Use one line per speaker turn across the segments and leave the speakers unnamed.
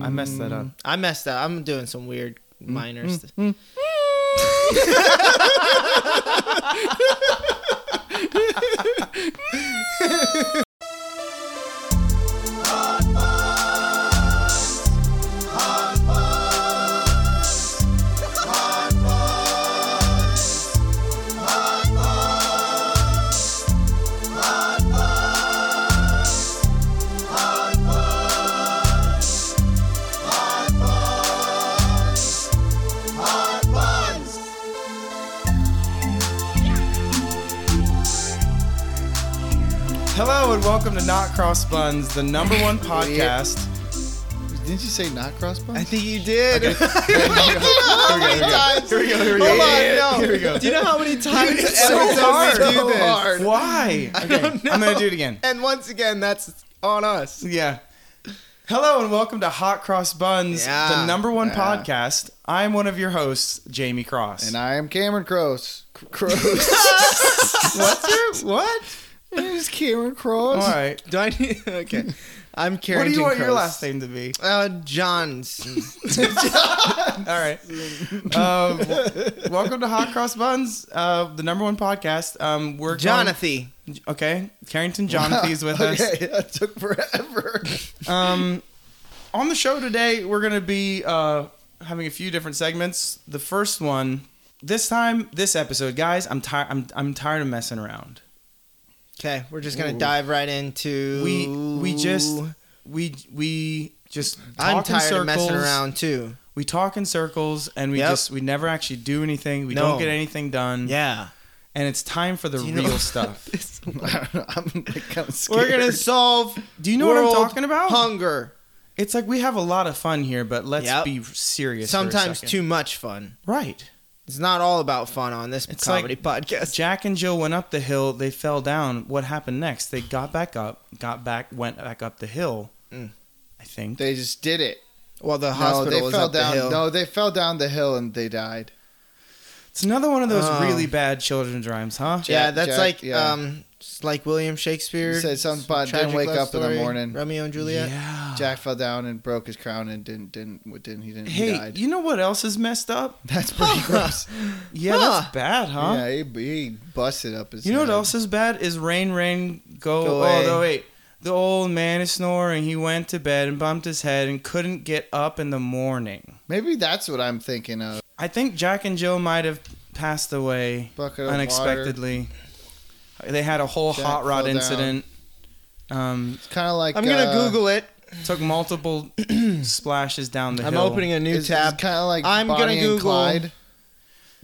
I messed that up.
I messed up. I'm doing some weird
Mm-hmm.
minors.
Hello and welcome to Not Cross Buns, the number one podcast.
Didn't you say not crossbones?
I think you did.
Here we go, Here we go. Here we go. Here
Hold on, no.
we go. Here we go.
Do you know how many times
It's so
episodes
hard.
we do
So
this?
hard.
Why? Okay,
don't know.
I'm gonna do it again.
And once again, that's on us.
Yeah. Hello and welcome to Hot Cross Buns,
Yeah.
the number one
Yeah.
podcast. I'm one of your hosts, Jamie Cross.
And I am Cameron Cross. C- Cross.
What's your what?
it is Cameron Cross.
All right.
Do I need? Okay. I'm Karen.
What do you want your
Cross.
last name to be?
Uh, Johnson.
All right. Uh, w- welcome to Hot Cross Buns, uh, the number one podcast. Um, we're going-
Jonathy.
okay. Carrington Jonathy is with us.
Okay, that took forever.
Um, on the show today, we're going to be uh, having a few different segments. The first one, this time, this episode, guys, I'm tired. I'm, I'm tired of messing around.
Okay, we're just gonna dive right into.
We we just we we just talk
I'm
in
tired of messing
circles.
around too.
We talk in circles, and we
Yep.
just we never actually do anything. We
No.
don't get anything done.
Yeah.
and it's time for the
Do you
real
know-
stuff.
I'm kind of scared.
We're gonna solve.
Do you know
world
what I'm talking about?
Hunger.
It's like we have a lot of fun here, but let's
Yep.
be serious. for a
Sometimes
second.
too much fun.
right.
It's not all about fun on this
It's
comedy podcast.
Jack and Jill went up the hill. They fell down. What happened next? They got back up, got back, went back up the hill.
Mm.
I think.
They just did it.
Well, the
No,
hospital
they
was
fell
up the
down.
hill.
No, they fell down the hill and they died.
It's another one of those
Oh.
really bad children's rhymes, huh?
yeah,
Jack-
that's
Jack-
like
yeah.
um, it's like William Shakespeare
He said something about
Tragic
didn't wake
Love
up in the
Story,
morning.
Romeo and Juliet.
Yeah.
Jack fell down and broke his crown and didn't didn't didn't he didn't he
Hey,
died.
you know what else is messed up?
That's pretty gross.
Yeah,
Huh.
that's bad, huh?
Yeah, he, he busted up his.
You know what
head.
else is bad is rain, rain, go.
Go
oh,
away.
no, wait. The old man is snoring. He went to bed and bumped his head and couldn't get up in the morning.
Maybe that's what I'm thinking of.
I think Jack and Jill might have passed away
Bucket of Water.
unexpectedly. They had a whole
Jack
hot rod
fell down.
incident. Um,
It's kind of like
I'm gonna
uh,
Google it.
took multiple splashes down the
I'm
hill.
opening a new
It's,
tab.
kind of like
I'm gonna
Bonnie and
Google-
Clyde.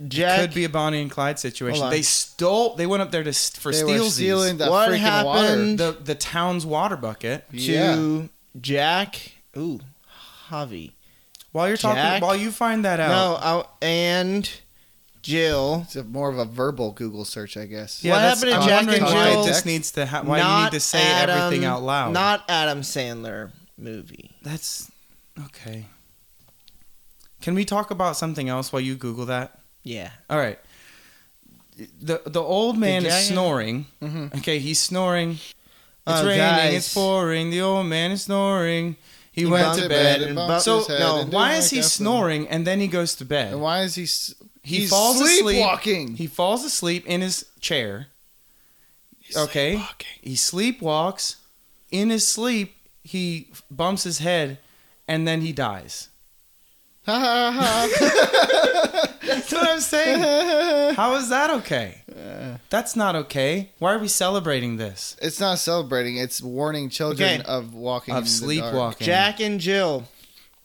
Jack,
Could be a Bonnie and Clyde situation.
Hold on.
They stole. They went up there to st- for
They
stealsies.
were stealing the
What
freaking
happened?
water.
the the town's water bucket.
to
Yeah.
Jack. Ooh, Javi.
While you're talking,
Jack?
while you find that out,
No, I, and Jill.
It's a, more of a verbal Google search, I guess.
What
that's-
happened to
I'm
Jack
wondering
and
why
Jill?
This needs to ha- why you need
not
to say
Adam-
everything out loud.
Not Adam Sandler movie.
that's okay. Can we talk about something else while you Google that?
Yeah.
All right. The the old man
Jack
is
and-
snoring.
Mhm.
Okay, he's snoring. It's
Oh,
raining.
guys.
It's pouring. The old man is snoring. He,
He
went
bumped
to
it,
bed.
man.
and-
bumped
bumped
so
his head
no,
and didn't
Why is
wake
he
up and-
snoring and then he goes to bed?
And why is he? s-
He
he's
falls asleep.
sleepwalking.
He falls asleep in his chair.
He's
okay.
sleepwalking.
He sleepwalks. In his sleep, he f- bumps his head and then he dies.
Ha ha ha.
That's what I'm saying. How is that okay? That's not okay. Why are we celebrating this?
It's not celebrating. It's warning children
Okay.
of walking
Of
in the dark.
sleepwalking.
Jack and Jill.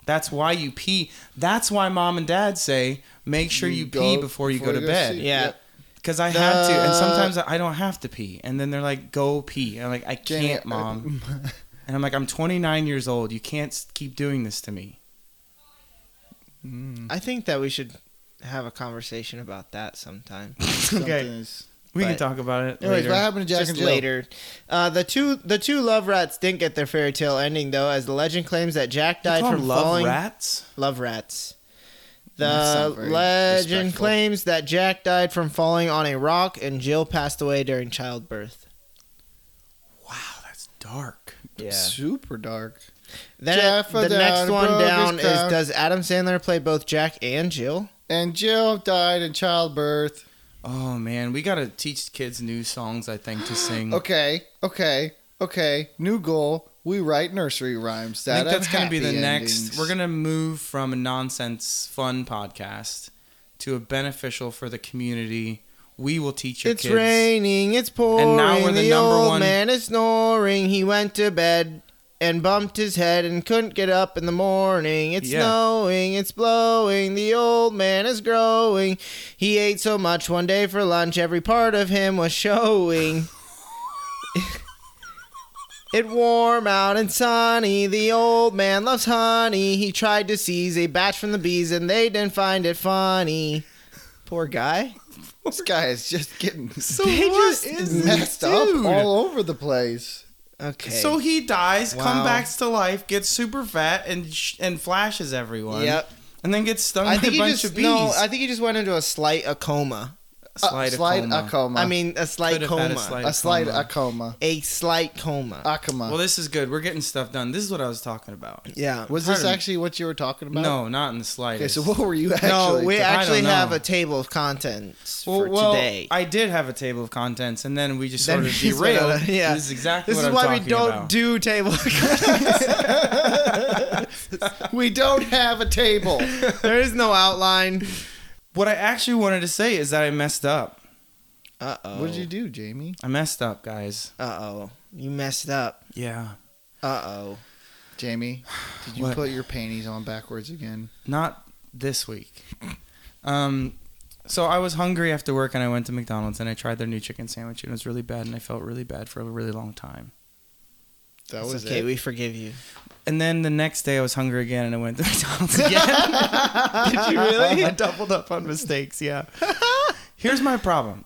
That's why you pee. That's why mom and dad say, make sure you,
go
pee before you go to bed.
sleep.
Yeah.
Yep.
Because I had to. And
The-
sometimes I don't have to pee. And then they're like, go pee. And I'm like, I
Dang
can't,
it.
mom. And I'm like, I'm 29 years old. You can't s- keep doing this to me.
Mm,
I think that we should have a conversation about that sometime.
something
Okay.
is-
We can
but-
talk about it
Anyways,
later.
what happened to Jack
Just
and Jill?
later. Uh, the two the two love rats didn't get their fairy tale ending though, as the legend claims that Jack
You
died
call
from
them love
falling
rats.
love rats.
That's
The
not very
legend
respectful.
claims that Jack died from falling on a rock, and Jill passed away during childbirth.
Wow, that's dark.
Super dark.
Then
Jeff uh,
the next
down,
one
broke his
down is
crown.
does Adam Sandler play both Jack and Jill?
And Jill died in childbirth.
Oh man, we gotta teach kids new songs. I think to sing.
Okay, okay, okay. New goal. We write nursery rhymes.
I
That
think that's
going
gonna
to
be the next. We're gonna move from a nonsense fun podcast to a beneficial for the community. We will teach your
It's
kids.
raining, it's pouring.
now we're the
the,
number
old
one-
man is snoring. He went to bed and bumped his head and couldn't get up in the morning. It's
Yeah.
snowing, it's blowing. The old man is growing. He ate so much one day for lunch, every part of him was showing. It warm out and sunny. The old man loves honey. He tried to seize a batch from the bees, and they didn't find it funny. Poor guy.
This guy is just getting
So
They
what
just
is this
messed up
dude?
all over the place.
Okay.
So he dies,
Wow.
comes back to life, gets super fat, and sh- and flashes everyone.
Yep.
And then gets stung
I
by a
think he
bunch
just
of bees.
no. I think he just went into a slight a coma.
Uh, slide a
Oh,
coma.
I mean, a slight
Could have had a
coma. A
slight- Uh,
slight,
a slide
coma.
a coma.
coma.
A coma.
Well, this is good. We're getting stuff done. This is what I was talking about.
yeah.
was this
pardon.
actually what you were talking about?
No, not in the
Okay,
slightest.
so what were you actually?
no, we
talking-
I
actually
don't know.
have a table of contents
Well,
for
well,
today.
I did have a table of contents, and then we just
Then
sort of
we just went
derailed.
on a- yeah.
This is exactly
this
what
is
I'm
why we
talking
don't
about.
do table of contents.
we don't have a table.
there is no outline.
What I actually wanted to say is that I messed up.
Uh oh.
What did you do, Jamie?
I messed up, guys.
Uh oh. You messed up.
Yeah.
Uh oh.
Jamie, did you
What?
put your panties on backwards again?
Not this week. Um, so I was hungry after work, and I went to McDonald's, and I tried their new chicken sandwich, and it was really bad, and I felt really bad for a really long time.
That
It's
was
okay.
it.
We forgive you.
And then the next day, I was hungry again, and I went to McDonald's again. Did you really? I doubled up on mistakes. Yeah. Here's my problem: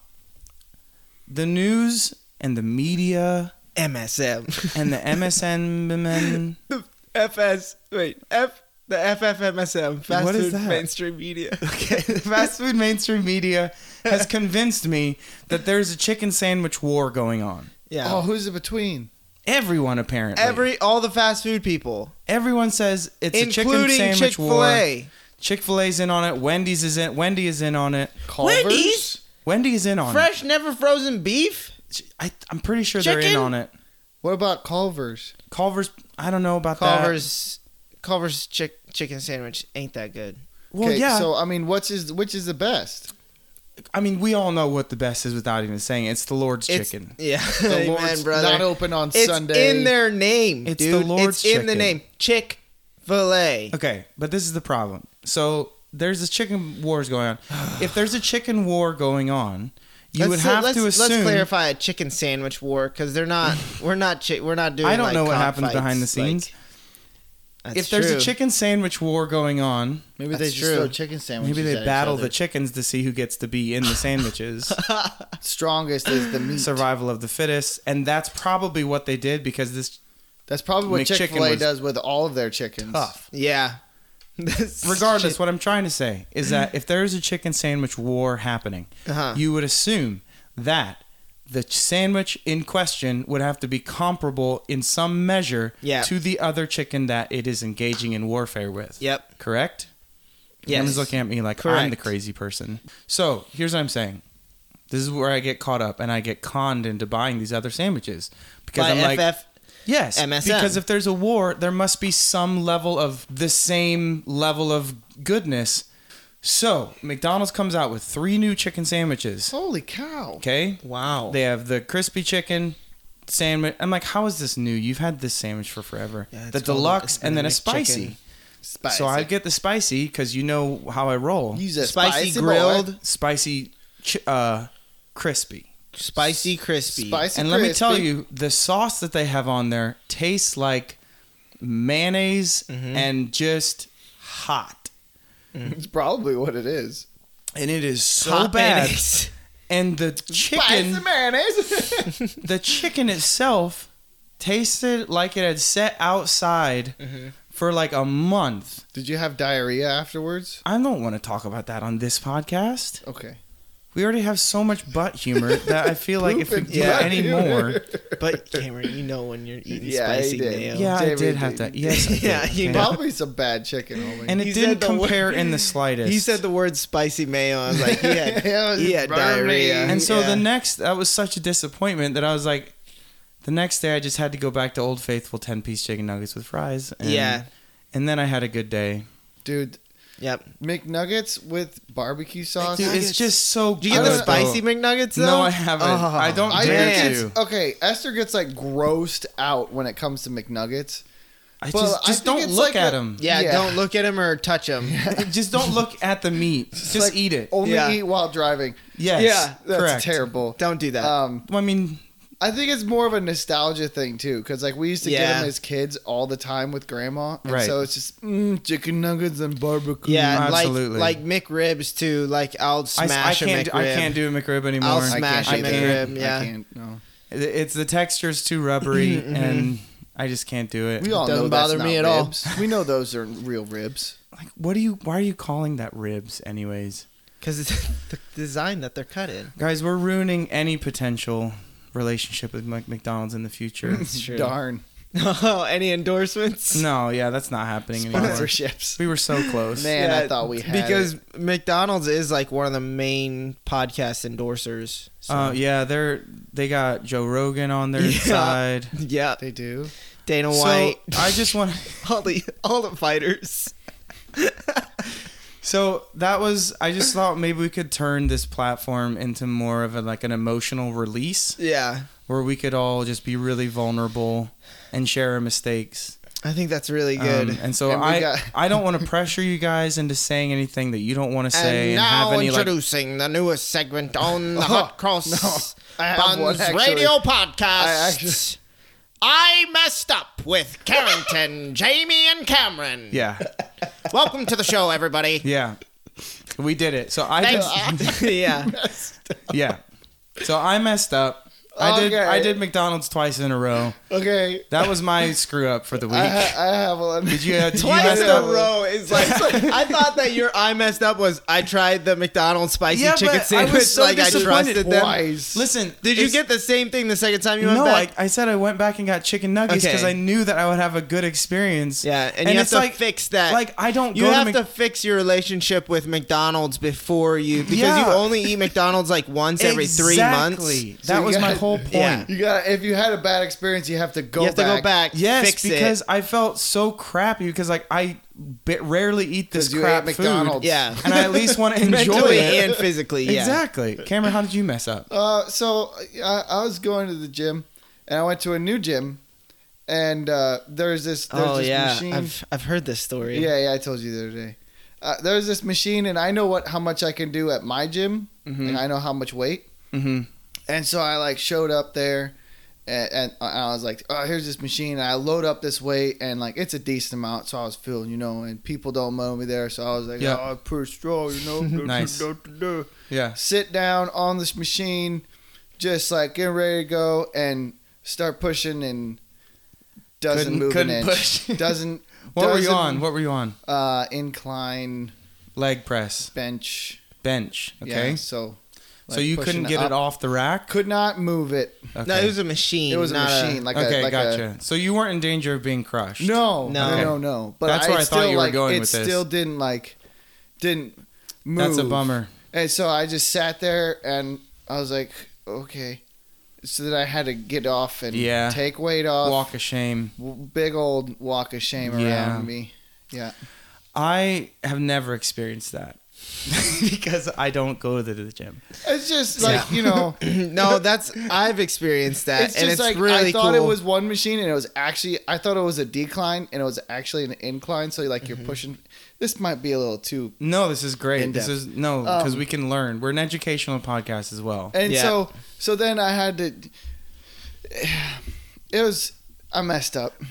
the news and the media
MSM.
and the MSN men.
the FS wait F the FFMSM fast
What is
food
that?
mainstream media.
Okay, the fast food mainstream media has convinced me that there's a chicken sandwich war going on.
Yeah.
Oh, who's in between?
Everyone apparently.
Every all the fast food people,
everyone says it's a chicken
including
sandwich
Chick Fil
war.
A.
Chick Fil A's in on it. Wendy's is in. Wendy is in on it.
Culver's?
Wendy's?
Wendy is in on
Fresh, never frozen beef.
it. I, I'm pretty sure they're in
Chicken?
on it.
What about Culver's?
Culver's. I don't know about that.
Culver's Culver's chick, chicken sandwich ain't that good.
Well, yeah.
So I mean, what's is which is the best?
I mean, we all know what the best is without even saying it. It's the Lord's
It's-
chicken.
Yeah,
The
amen,
Lord's
brother.
not open on
it's
Sunday.
in their name,
It's the
dude.
Lord's
it's in the
chicken.
name. Chick Fil A.
Okay, but this is the problem. So there's this chicken wars going on. if there's a chicken war going on, you
Let's
would
say-
have
let's,
to assume.
Let's clarify a chicken sandwich war because they're not. We're not. Chi- we're not doing.
I don't
like,
know what
cop
happens
fights,
behind the
like-
scenes.
That's
if there's
true.
a chicken sandwich war going on,
Maybe they
That's
just
true.
throw chicken sandwiches.
maybe they
at
battle
each
the
other.
chickens to see who gets to be in the sandwiches.
strongest is the meat.
Survival of the fittest, and that's probably what they did because this
That's probably what
McChicken
Chick Fil A
was
does with all of their chickens.
tough.
yeah. This
Regardless,
shit-
what I'm trying to say is that if there is a chicken sandwich war happening,
Uh-huh.
you would assume that the ch- sandwich in question would have to be comparable in some measure
Yeah.
to the other chicken that it is engaging in warfare with.
Yep.
Correct?
Yes.
Everyone's looking at me like I'm the
Correct.
crazy person. So here's what I'm saying. This is where I get caught up and I get conned into buying these other sandwiches because
By
I'm like,
FF.
yes,
MSM.
because if there's a war, there must be some level of the same level of goodness. So McDonald's comes out with three new chicken sandwiches.
Holy cow!
Okay,
wow.
they have the crispy chicken sandwich. I'm like, how is this new? You've had this sandwich for forever.
Yeah, it's
the
called-
deluxe
it's
and then a
McChicken.
spicy.
Spicy.
So I get the spicy because you know how I roll
Use a
Spicy
spicy,
grilled,
boy.
spicy, ch- uh, crispy.
spicy crispy.
spicy.
and let me tell
crispy.
you, the sauce that they have on there tastes like mayonnaise
Mm-hmm.
and just hot.
it's probably what it is.
And it is so
Hot
bad.
mayonnaise.
and the
Spice
chicken
and mayonnaise.
the chicken itself tasted like it had sat outside
Mm-hmm.
for like a month.
Did you have diarrhea afterwards?
I don't want to talk about that on this podcast.
Okay.
We already have so much butt humor that I feel like if we
Poop and
do
butt
any
humor.
more,
But Cameron, you know when you're eating
Yeah, I
spicy
did.
mayo.
yeah, I
David
did have
did.
that. Yes, I did.
Yeah, you
Okay.
know.
Probably some bad chicken, homie.
and it
He
didn't
said the word-
compare in the slightest.
He said the word spicy mayo. I was like, he had,
Yeah,
he had
burn
diarrhea.
me.
And so
Yeah.
the next, that was such a disappointment that I was like, the next day I just had to go back to Old Faithful 10 piece chicken nuggets with fries. And,
Yeah.
And then I had a good day.
dude,
Yep.
McNuggets with barbecue sauce.
Dude, it's just so
Do you get
good,
the
though.
spicy McNuggets though?
No, I haven't.
Oh.
I don't
I
dare
think
to.
it's okay. Esther gets like grossed out when it comes to McNuggets.
I
Well,
just,
I
just
think
don't
it's
look
like
at
a-
them.
Yeah,
Yeah.
don't look at him or touch him.
just don't look at the meat. Just
like,
eat it.
Only
Yeah.
eat while driving.
Yes.
Oh, Yeah,
That's
correct.
terrible.
don't do that.
Um,
I mean,
I think it's more of a nostalgia thing too, because like we used to get 'em get
Yeah.
them as kids all the time with grandma, and
Right.
so it's just mm, chicken nuggets and barbecue.
yeah,
absolutely.
like like McRibs too. Like I'll
I, I
smash a
can't.
McRib.
I can't do a McRib anymore.
I'll
I
smash
I
can't
a
either.
can't.
McRib. Yeah.
I can't. No,
It's the texture's too rubbery,
Mm-hmm.
and I just can't do it.
we all
Doesn't
know that's
bother
not
me at all.
ribs. We know those are real ribs.
like, what do you? Why are you calling that ribs, anyways?
because it's the design that they're cut in.
Guys, we're ruining any potential relationship with Mc- McDonald's in the future.
true.
Darn
Oh, any endorsements?
no, yeah, that's not happening anymore.
sponsorships.
We were so close.
Man, I thought we had
because
it.
McDonald's is like one of the main podcast endorsers. So.
Uh, yeah, they're they got Joe Rogan on their
Yeah.
side.
yeah,
They do.
Dana
So
White,
I just want.
all the all the fighters.
So that was. I just thought maybe we could turn this platform into more of a, like an emotional release
Yeah,
where we could all just be really vulnerable and share our mistakes.
I think that's really
Um,
good.
and so
And we
I
got-
I don't want to pressure you guys into saying anything that you don't want to say
and
and,
now
have any like
introducing the newest segment on the Hot Cross
I have one,
Buns
actually.
Radio
I
Podcast.
actually-
I, messed up with Carrington, Jamie, and Cameron.
yeah
Welcome to the show, everybody.
yeah we did it. So I just,
Thanks. yeah.
yeah. So I messed up. I did
Okay.
I did McDonald's twice in a row.
Okay,
That was my screw up for the week.
I, ha- I have one.
did you, did you
Uh-huh. Twice
messed
in a
up?
row is like I thought that your I messed up was I tried the McDonald's spicy
Yeah,
chicken
but I was
sandwich
so
like I
disappointed.
trusted them.
Twice.
Listen,
Did you
it's-
get the same thing the second time you went
No, I,
back?
I said I went back and got chicken nuggets
Okay.
because I knew that I would have a good experience.
yeah, and, you have
it's
to
like,
fix that.
Like I don't
you
go
have
to, Mc-
to fix your relationship with McDonald's before you because you
Yeah.
only eat McDonald's like once every three
Exactly.
months.
That
So you
was my
got-
whole point.
Yeah.
You got. If you had a bad experience, you have to go.
you have
back.
to go back.
Yes,
fix
because
it.
I felt so crappy because like I bi- rarely eat this
'Cause you
crap
ate McDonald's.
food,
Yeah.
and I at least want to enjoy
mentally
it.
and physically. Yeah.
Exactly, Cameron. How did you mess up?
Uh, so I, I was going to the gym, and I went to a new gym, and uh, there's this there's
Oh
this
yeah,
machine.
I've I've heard this story.
Yeah, yeah, I told you the other day. Uh, there's this machine, and I know what how much I can do at my gym,
Mm-hmm.
and I know how much weight,
Mm-hmm.
and so I like showed up there, and, and I was like, oh, here's this machine, and I load up this weight, and like it's a decent amount, so I was feeling, you know, and people don't mow me there, so I was like,
Yeah.
oh, I'm pretty strong, you know,
Nice. Yeah.
sit down on this machine, just like getting ready to go and start pushing and doesn't
Couldn't-
move
couldn't
an inch.
push.
doesn't.
What were you
doesn't,
on? What were you on?
Uh, incline
Leg press,
bench.
bench. Okay.
Yeah, so.
so
like,
you
pushing
couldn't get it
up.
off the rack.
Could not move it.
Okay.
No, it was a machine.
It was a
not
machine, like
okay,
a like
gotcha. so you weren't in danger of being crushed.
a. No,
No.
no,
Okay.
no, no. But
That's
I
where I
still,
thought you were
like,
going
it
with this.
still didn't like, didn't move.
that's a bummer.
And so I just sat there and I was like, okay. So then I had to get off and
Yeah.
take weight off.
Walk of shame.
w- big old walk of shame
Yeah.
around me. Yeah.
I have never experienced that because I don't go to the gym.
It's just like, you know,
no, that's I've experienced that,
it's just
and it's
like
really
I thought
cool.
it was one machine and it was actually I thought it was a decline and it was actually an incline so like
Mm-hmm.
you're pushing this might be a little too
No, this is great. This
In-depth.
is no because
Um,
we can learn. We're an educational podcast as well.
And
Yeah.
so so then I had to it was I messed up.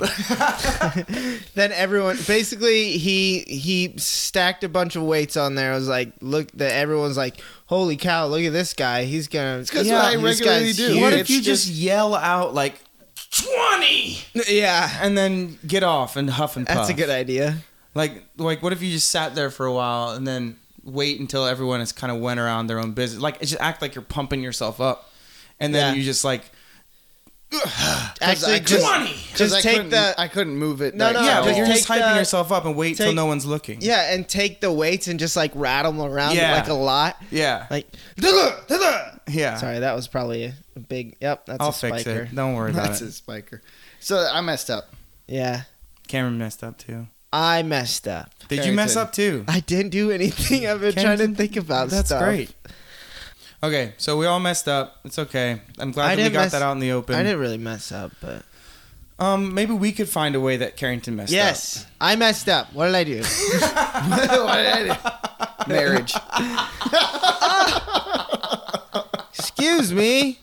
then everyone basically he he stacked a bunch of weights on there. It was like look that everyone's like, holy cow, look at this guy. He's gonna. It's
'cause what I regularly do.
What if
It's
you just, yell out like twenty
Yeah,
and then get off and huff and puff?
that's a good idea.
Like like what if you just sat there for a while and then wait until everyone has kind of went around their own business? Like just act like you're pumping yourself up, and then
Yeah.
you just like
Actually,
I
just,
couldn't-
just
I
take
couldn't-
the
I couldn't move it.
No,
that
no,
at
yeah,
all.
but you're
take
just hyping
the-
yourself up and wait till
take-
no one's looking.
yeah, and take the weights and just like rattle them around
Yeah.
like a lot.
yeah,
Like,
yeah.
sorry, that was probably a, a big. Yep, that's
I'll
a spiker.
fix it. Don't worry about
That's a
it.
spiker. So I messed up.
Yeah,
Cameron messed up too.
I messed up.
Did you mess
Carrington.
up too?
I didn't do anything. I've been
Can-
trying to think about
That's
stuff.
great. Okay, so we all messed up. It's okay. I'm glad
I
that we
didn't
got
mess-
that out in the open.
I didn't really mess up, but
Um, maybe we could find a way that Carrington messed up.
yes, I messed up. What did I do?
Marriage.
Excuse me,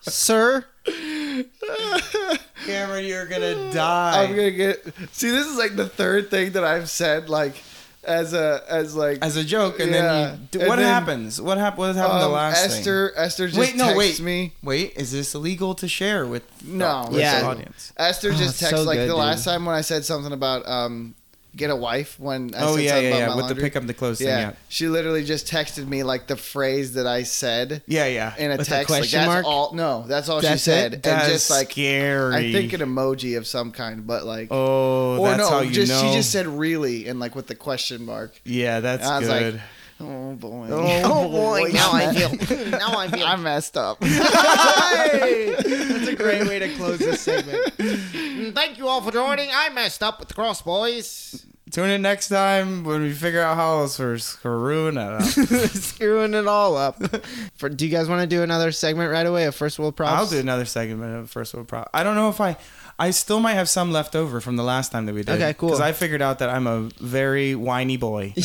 sir.
Yes, Cameron, you're gonna die.
Mm, I'm gonna get. See, this is like the third thing that I've said, like as a as like
As a joke, and
Yeah,
then you, d-
and
what
then-
happens? What happened? What happened the
um,
last thing?
Esther. Esther just
Wait, no,
texts
wait.
me.
Wait, is this illegal to share with
No,
with
Yeah.
the audience?
Esther
Oh,
just
it's
texts
so
like
good,
the
dude.
last time when I said something about um get a wife when I
oh
said
yeah,
something
yeah,
about
yeah.
my
With the
laundry.
pick up the clothes
yeah.
thing.
she literally just texted me like the phrase that I said
Yeah, yeah, yeah.
in a
With a
text. like
question
that's
mark?
all. No, that's all
That's
she
it?
said,
That's
and just like
scary.
I think an emoji of some kind, but like
oh,
or
that's
no,
how you
just
know.
she just said really and like with the question mark.
yeah, that's
And I was
good.
like, oh boy,
Oh boy, now I feel. Now I feel.
I messed up.
That's a great way to close this segment. Mm, Thank you all for joining. I messed up with the cross boys.
Tune in next time when we figure out how else we're screwing it up.
Screwing it all up. For, do you guys want to do another segment right away of first world props?
I'll do another segment of first world problem. I don't know if I, I still might have some left over from the last time that we did.
Okay, cool.
Because I figured out that I'm a very whiny boy.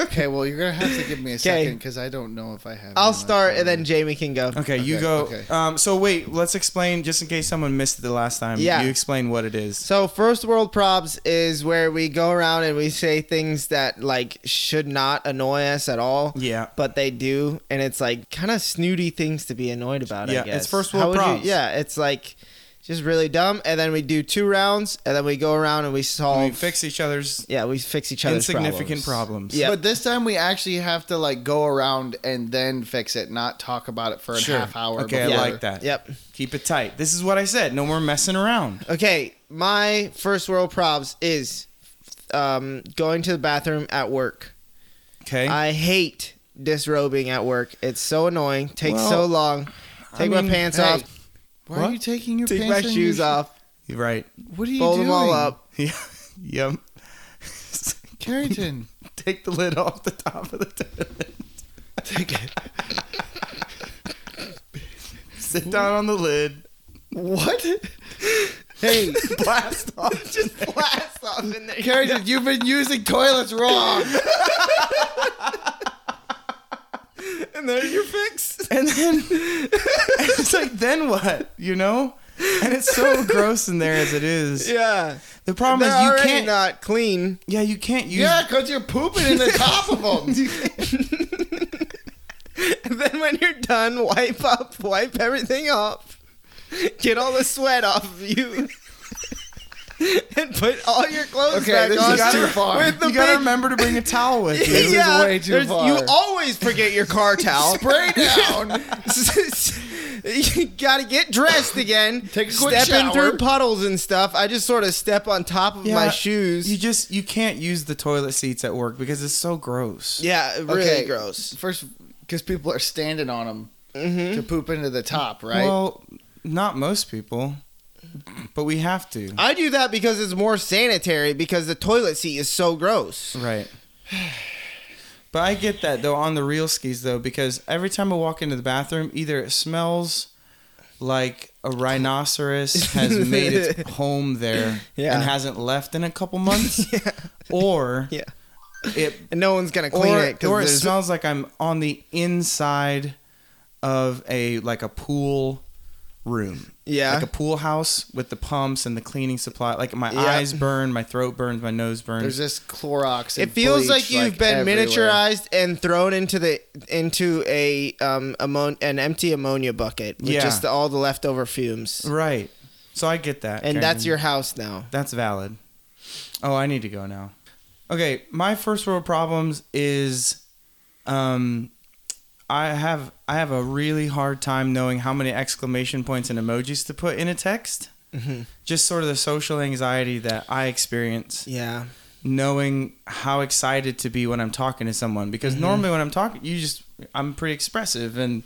okay, well you're gonna have to give me a second because I don't know if I have.
I'll
any left
start
over.
and then Jamie can go.
Okay, you
Okay,
go.
okay.
Um, so wait, let's explain just in case someone missed it the last time.
Yeah.
you explain what it is.
So first world props is where we go around and we say things that like should not annoy us at all.
Yeah.
But they do, and it's like kind of snooty things to be annoyed about.
Yeah,
I
it's
guess.
first world
How would you-
props.
yeah, it's like just really dumb. And then we do two rounds, and then we go around and we solve.
Um,
we fix each other's
yeah, we fix each other's
insignificant problems.
Yeah.
But this time we actually have to like go around and then fix it, not talk about it for a
Sure.
half hour.
Okay, I
before.
like that.
Yep.
Keep it tight. This is what I said. No more messing around.
Okay, my first world props is um, going to the bathroom at work.
Okay.
I hate disrobing at work. It's so annoying. Takes
Well,
so long.
I
Take
mean,
my pants
hey,
off.
Why
What?
are you taking your
Take
pants
my
and
shoes
your-
off.
You're right.
What are you
Fold
doing?
them all up.
Yeah. yep.
Carrington.
Take the lid off the top of the toilet.
Take it.
Sit down on the lid.
What?
Hey,
Blast off.
just blast off in there.
Carrington, you've been using toilets wrong.
and there's your fix. And then it's like, then what? You know? And it's so gross in there as it is.
Yeah,
The problem
they're
is you
already
can't.
not clean.
yeah, you can't use.
Yeah, because you're pooping in the top of them.
And then when you're done, wipe up, wipe everything off, get all the sweat off of you, and put all your clothes
Okay,
back
this
on.
is too far.
With the
you gotta
big-
remember to bring a towel with you.
This is
yeah,
way too
there's-
far.
You always forget your car towel.
Spray down.
you gotta get dressed again.
Take a quick
Stepping
shower.
through puddles and stuff. I just sort of step on top of
Yeah,
my shoes.
You just you can't use the toilet seats at work because it's so gross.
yeah, really
Okay.
gross.
First, because people are standing on them
Mm-hmm.
to poop into the top, right?
Well, not most people, but we have to.
I do that because it's more sanitary because the toilet seat is so gross.
Right. But I get that though on the real skis though because every time I walk into the bathroom, either it smells like a rhinoceros has made its home there
Yeah.
and hasn't left in a couple months, or
Yeah.
it
And no one's gonna clean
or,
it
or it
because
smells like I'm on the inside of a like a pool room.
Yeah.
Like a pool house with the pumps and the cleaning supply. Like my
Yeah.
eyes burn, my throat burns, my nose
There's
burns.
just Clorox. And
It feels
bleach,
like you've been
everywhere.
miniaturized and thrown into the into a um ammon- an empty ammonia bucket with
Yeah.
just the, all the leftover fumes.
right. So I get that.
And that's
Karen.
your house now.
That's valid. Oh, I need to go now. Okay, my first world problems is um I have I have a really hard time knowing how many exclamation points and emojis to put in a text.
Mm-hmm.
Just sort of the social anxiety that I experience
Yeah.
knowing how excited to be when I'm talking to someone because normally when I'm talking you just I'm pretty expressive and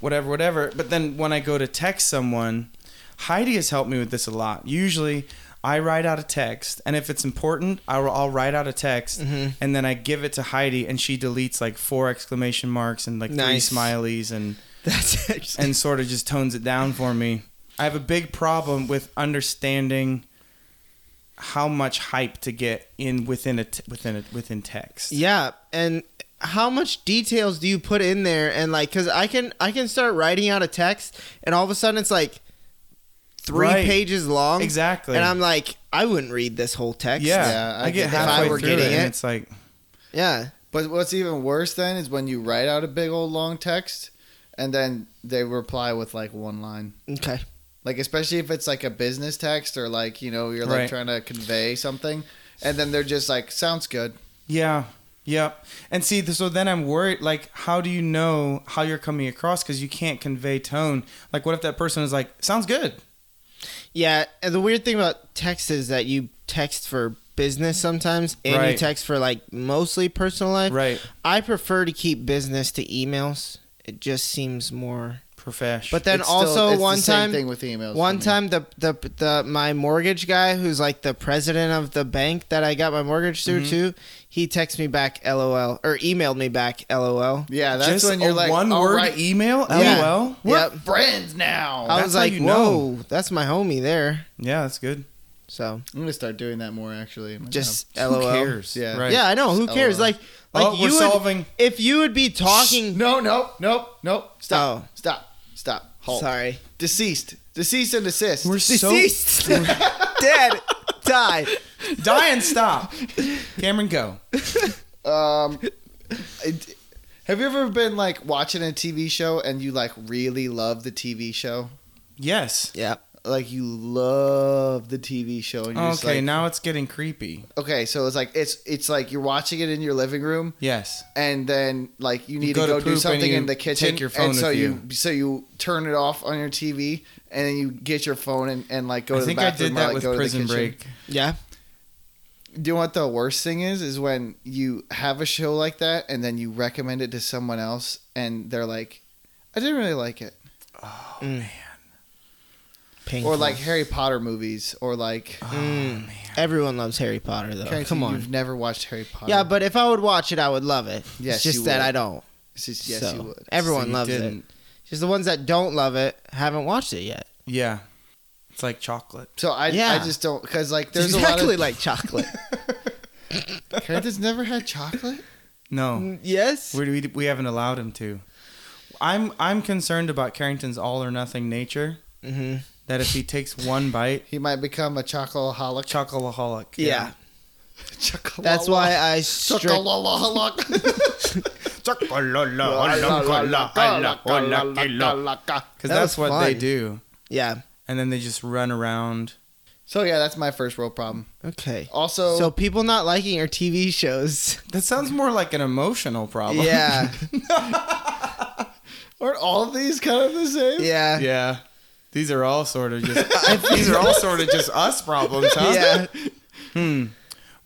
whatever whatever but then when I go to text someone Heidi has helped me with this a lot usually I write out a text and if it's important I will, I'll write out a text and then I give it to Heidi and she deletes like four exclamation marks and like
Nice.
three smileys and
That's it.
and sort of just tones it down for me. I have a big problem with understanding how much hype to get in within a t- within a, within text.
Yeah, and how much details do you put in there? And like, cause I can I can start writing out a text, and all of a sudden it's like three
Right.
pages long,
Exactly.
And I'm like, I wouldn't read this whole text. uh,
yeah,
Yeah,
I,
I
get
get that.
halfway
If I were
through
getting
it, and
it.
it's like
yeah,
But what's even worse then is when you write out a big old long text, and then they reply with like one line.
okay.
Like especially if it's like a business text or like you know you're like
Right.
trying to convey something, and then they're just like sounds good.
yeah, yep. And see, th- so then I'm worried. Like, how do you know how you're coming across? Because you can't convey tone. Like, what if that person is like, "Sounds good."
Yeah, and the weird thing about text is that you text for business sometimes, and you
Right.
text for like mostly personal life.
Right.
I prefer to keep business to emails. It just seems more.
Profesh.
But then
It's still-
also
it's the
one
same
time
thing with emails.
One
for me.
time, the, the the my mortgage guy, who's like the president of the bank that I got my mortgage through
Mm-hmm.
to, he texted me back LOL or emailed me back LOL.
yeah, that's
just
when you're
a
like
one
"All
word e-"
right,
email. LOL.
Yeah.
Yeah.
we're
Yep.
friends now.
I
That's
was
how
like,
you
whoa, that's my homie there.
that's good.
So
I'm gonna start doing that more actually. in my job.
just
Who
LOL.
cares?
Yeah.
Right.
Yeah, I know. Who
Just
cares?
LOL.
Like, like
Oh,
you
we're
would,
solving-
if you would be talking.
no, no, no, no. Stop,
Oh.
stop, stop. Halt.
Sorry,
Deceased, deceased and desist.
We're so
deceased, dead, died.
Die and stop. Cameron, go.
Um, it- have you ever been like watching a TV show and you like really love the TV show?
Yes.
Yeah,
Like you love the TV show and you're just
Okay,
like,
now it's getting creepy.
okay, so it's like it's it's like you're watching it in your living room
Yes.
and then like you need
go to
to go
poop
do
and
something
you
in the kitchen
take your phone
and so
with
you. so you turn it off on your TV and then you get your phone and, and like go
I
to the
think I
bathroom
did
or
that
like
with
go to the
Prison
kitchen.
Break.
yeah.
Do you know what the worst thing is? Is when you have a show like that and then you recommend it to someone else and they're like, I didn't really like it.
Oh,
Mm. Painful.
Oh, Or like Harry Potter movies or like.
Mm. everyone loves Harry Potter though.
Carrington,
Come on,
You've never watched Harry Potter.
Yeah, but if I would watch it, I would love it.
Yes,
it's just
you
that
would.
I don't.
It's just, yes,
So,
you would.
Everyone
you
loves it.
didn't.
Just the ones that don't love it haven't watched it yet.
Yeah. It's like chocolate.
So I,
Yeah.
I just don't. Because like
There's
there's
exactly
a lot
like chocolate.
of. Carrington's never had chocolate?
No.
Oh.
Mm, yes.
We, we, we haven't allowed him to. I'm I'm concerned about Carrington's all or nothing nature.
Mm-hmm.
That if he takes one bite,
He might become a chocolaholic.
chocolaholic.
Yeah.
Chocolaholic.
That's why I strict.
Chocolaholic.
Because
That
that's
was
what they
fun.
do.
Yeah.
And then they just run around.
So yeah, that's my first world problem.
Okay.
Also,
So people not liking your TV shows.
That sounds more like an emotional problem.
Yeah.
Aren't all of these kind of the same?
Yeah. Yeah.
Yeah. These are all sort of just these are all sort of just us problems, huh?
Yeah.
Hmm.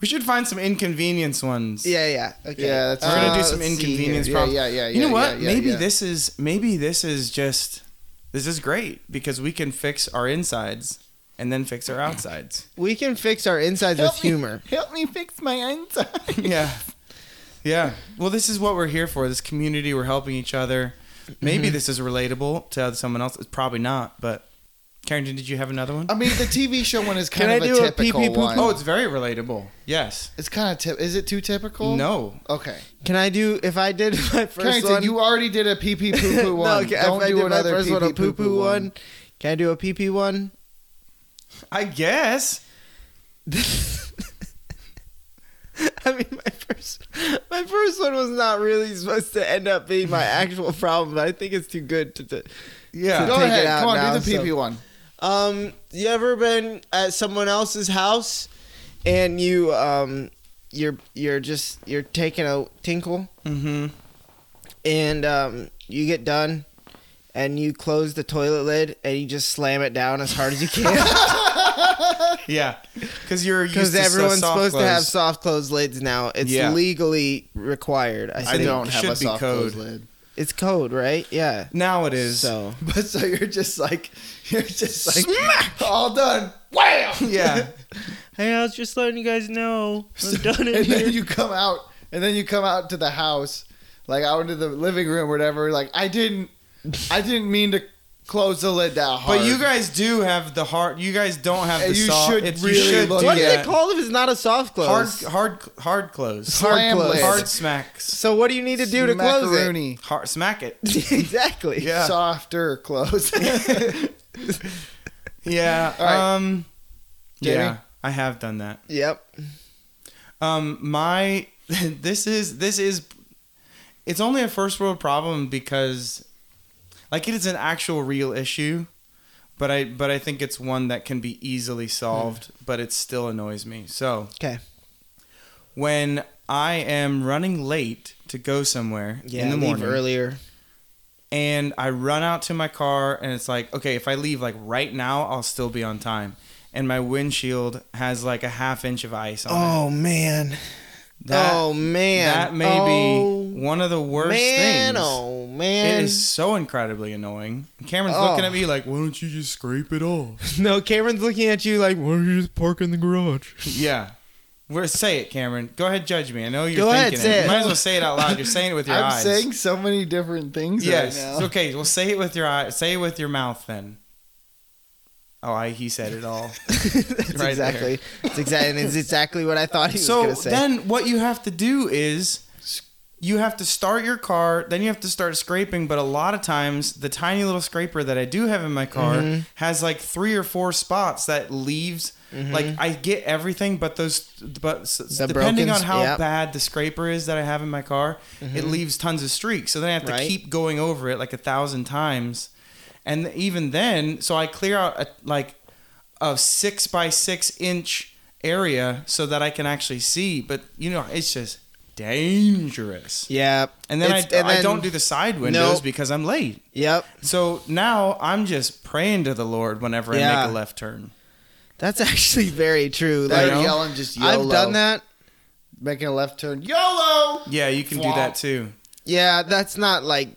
We should find some inconvenience ones.
Yeah. Okay.
Yeah, that's-
We're gonna do
Uh,
some
let's see
inconvenience
here.
Yeah,
problems.
yeah, yeah,
You know
yeah,
what?
yeah, yeah,
maybe
yeah.
this is maybe this is just this is great because we can fix our insides and then fix our outsides.
We can fix our insides
Help
with
me.
humor.
Help me fix my inside.
yeah. Yeah. Well, this is what we're here for. This community, we're helping each other. Maybe
Mm-hmm.
this is relatable to someone else. It's probably not, but Carrington, did you have another one?
I mean, the TV show one is
Can
kind of
I
a
do a
typical
pee-pee, poo-poo?
one.
oh, it's very relatable. Yes.
it's kind of tip. Is it too typical?
No.
Okay.
Can I do if I did my first
Carrington,
one?
you already did a pee pee poo poo
no,
one.
okay,
Don't
if I
do
did my
another
first
pee
one,
pee
a poo
poo poo
poo one. Can I do a PP one?
I guess.
I mean, my first, my first one was not really supposed to end up being my actual problem, but I think it's too good to. to
Yeah.
Take
Go
it
ahead.
out
Come on,
now,
do the
so-
PP one.
um, you ever been at someone else's house, and you um, you're you're just you're taking a tinkle,
Mm-hmm.
and um, you get done, and you close the toilet lid, and you just slam it down as hard as you can.
Yeah. Because you're
Because
because
everyone's
soft
supposed to have
clothes.
soft closed lids now. It's
Yeah.
legally required. I,
I
think.
don't have
should
a
be
soft
code.
close lid.
It's code, right? Yeah.
Now it is.
So
But so you're just like you're just like all done. Wham!
Yeah.
hey, I was just letting you guys know I'm done in
and
here.
then you come out and then you come out to the house like out into the living room or whatever like i didn't i didn't mean to close the lid that hard
But you guys do have the hard. You guys don't have
And
the
you
soft.
should
it's-
really look
do
what is
that.
it called if it's not a soft
Hard,
close?
hard, hard close.
Hard
close.
lid.
Hard smacks.
So what do you need to do to close it?
macaroni
Hard smack it.
exactly.
Yeah.
softer close
Yeah.
All right.
Um.
Jamie?
Yeah. I have done that.
Yep.
Um, my this is this is it's only a first world problem because like it is an actual real issue, but I but I think it's one that can be easily solved, but it still annoys me. So
Hmm. Okay.
when I am running late to go somewhere
Yeah.
in the
leave
morning
earlier.
and I run out to my car and it's like, okay, if I leave like right now, I'll still be on time. And my windshield has like a half inch of ice on it.
Oh man.
That-
oh man.
That may be
oh,
one of the worst
man.
things.
Oh man.
It is so incredibly annoying. Cameron's
Oh.
looking at me like, why don't you just scrape it off?
No, Cameron's looking at you like, why don't you just park in the garage?
yeah. We're, say it, Cameron. Go ahead, judge me. I know you're
Go ahead,
thinking
say
it.
it.
You might as well say it out loud. You're saying it with your
i'm
eyes.
saying so many different things
yes.
right
It's
now
okay. Well, say it with your eye. Say it with your mouth then. Oh, I, he said it all.
That's
Right
exactly. It's exactly. It's exactly what I thought he was
so
gonna say.
then, what you have to do is. You have to start your car, then you have to start scraping. But a lot of times, the tiny little scraper that I do have in my car
Mm-hmm.
has like three or four spots that leaves. Like I get everything, but those, but s-
Mm-hmm. The
depending
broken
on
sp-
how
yep. Mm-hmm.
bad the scraper is that I have in my car, it leaves tons of streaks. So then I have to
Right.
keep going over it like a thousand times, and even then, so I clear out a, like a six by six inch area so that I can actually see. But you know, it's just dangerous.
yeah.
And then, I,
It's- and
I
then-
don't do the side windows
Nope.
because I'm late.
Yep.
So now I'm just praying to the Lord whenever I
Yeah.
make a left turn.
That's actually very true.
Instead
Like
of
know?
yelling just yolo
I've done that.
making a left turn yolo
Yeah, you can do that too.
Yeah, that's not like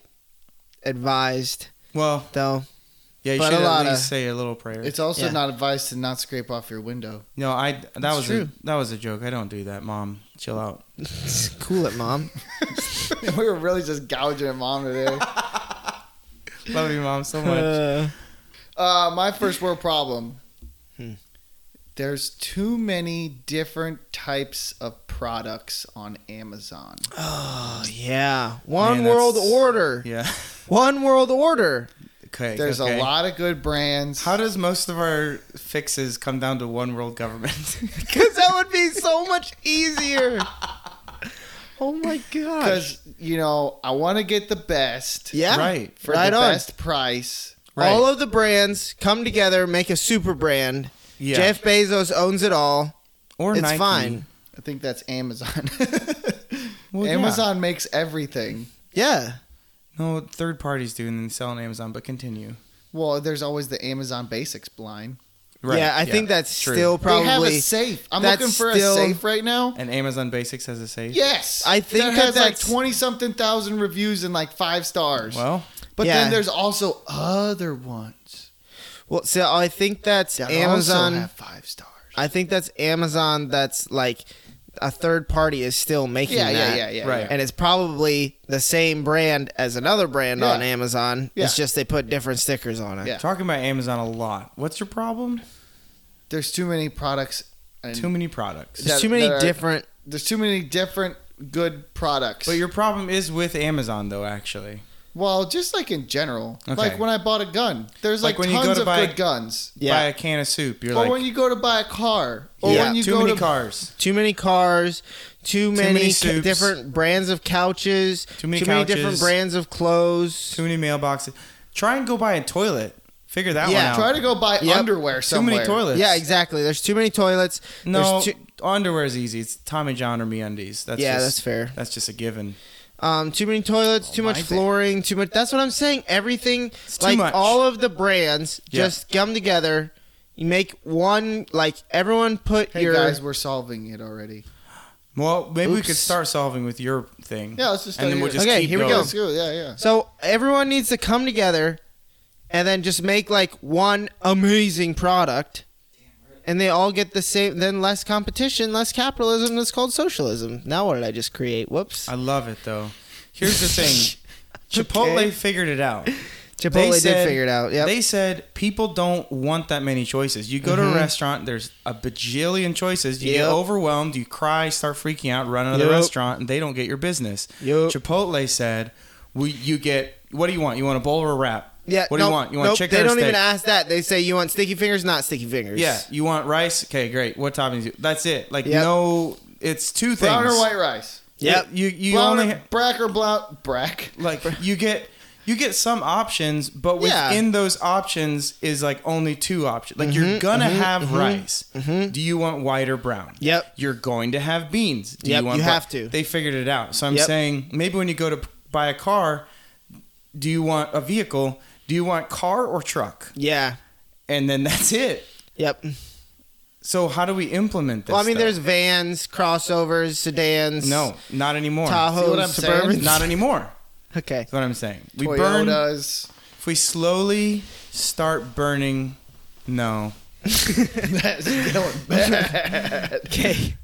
advised
Well,
though.
yeah, you
But
should
a
at
lot
least
of-
say a little prayer.
it's also
Yeah.
not advised to not scrape off your window
no, I that was
true.
A, that was a joke. I don't do that, Mom. Chill out.
cool it, mom.
we were really just gouging at mom today
Love you, Mom, so much.
Uh, my first world problem.
Hmm.
There's too many different types of products on Amazon.
oh yeah, one
Man,
world
that's-
order.
Yeah.
One world order.
Okay.
There's
okay.
a lot of good brands.
How does most of our fixes come down to one world government?
Because that would be so much easier. oh my god.
Because you know, I want to get the best
Yeah.
Right.
for
right
the
on.
best price.
Right.
All of the brands come together, make a super brand.
yeah.
Jeff Bezos owns it all.
or
it's
Nike.
fine.
I think that's Amazon.
Well, yeah.
Amazon makes everything.
Yeah.
No, third parties do and then sell on Amazon, but continue.
Well, there's always the Amazon Basics line.
Yeah, I think that's
True.
still
Probably, they have
probably
a safe. I'm
that's
looking for
still-
a safe right now.
And Amazon Basics has a safe.
Yes,
I think
that
that
has like
that's-
twenty something thousand reviews and like five stars.
Well,
But
Yeah.
then there's also other ones
Well, so I think that's
that
Amazon.
also have five stars.
I think that's Amazon. That's like a third party is still making
yeah, yeah,
that.
yeah, yeah,
Right.
right.
And it's probably the same brand as another brand
Yeah.
on Amazon. It's
Yeah.
just they put different stickers on it.
Yeah.
talking about Amazon a lot. What's your problem?
There's too many products. And
Too many products.
There's
That-
too many
that are-
different.
There's too many different good products.
But your problem is with Amazon, though, actually.
Well, just like in general,
Okay.
like when I bought a gun, there's
Like
like,
when you go
tons
to
of
buy-
good guns.
Yeah.
Buy a can of soup. You're
or
like,
when you go to buy a car, or
Yeah.
when you
too
go
many
to
cars.
Too many cars, too,
many
many, ca-
soups.
different brands of couches,
Too many
different
couches.
brands of clothes.
Too many mailboxes. Try and go buy a toilet. Figure that
Yeah,
one out.
try to go buy
Yep.
underwear
Too
somewhere.
many toilets.
Yeah, exactly. There's too many toilets.
No,
There's too,
underwear is easy. It's Tommy John or MeUndies. That's
yeah,
just,
that's fair.
That's just a given.
Um, too many toilets, too much
my
flooring, too much. That's what I'm saying. Everything,
too
like
much.
all of the brands,
Yeah.
just come together. You make one, like everyone put
Hey
your.
guys, we're solving it already.
Well, maybe we could
Oops.
start solving with your thing.
Yeah, let's just.
And then
start
we'll just
Okay,
keep
here we go.
going.
Let's go. Yeah, yeah.
So everyone needs to come together, and then just make like one amazing product, and they all get the same. Then less competition, less capitalism. That's called socialism. Now what did I just create? Whoops.
I love it though. Here's the thing. Chipotle
Okay.
figured it out. They
Chipotle
said-
did figure it out. Yep.
They said people don't want that many choices. You go to
Mhm.
a restaurant, there's a bajillion choices. You
Yep.
get overwhelmed, you cry, start freaking out, run out of the
Yep.
restaurant, and they don't get your business.
Yep.
Chipotle said, "We, you get what do you want? You want a bowl or a wrap?
yeah.
What do you
nope,
want? You want
nope,
chicken
They
or
don't
steak?
even ask that. They say you want sticky fingers, not sticky fingers.
Yeah. You want rice? Okay, great. What toppings? You, that's it. Like
Yep.
no, it's two things.
Brown or white rice.
Yep.
You you
Brown
only
or, brack or blount brack.
like you get you get some options but
Yeah.
within those options is like only two options like you're
Mhm,
gonna
mhm,
have
mhm,
rice do you want white or brown
Yep.
you're going to have beans do
Yep,
you want
you
bra-
have to.
they figured it out so i'm
Yep.
saying maybe when you go to p- buy a car do you want a vehicle do you want car or truck
Yeah.
and then that's it
Yep.
so how do we implement this
Well, I mean,
though?
there's vans, crossovers, sedans.
no not anymore
See
Tahoe,
what I'm saying?
Suburban.
not anymore
okay.
that's what i'm saying we burn
Toyotas.
if we slowly start burning no
That's going bad.
Okay.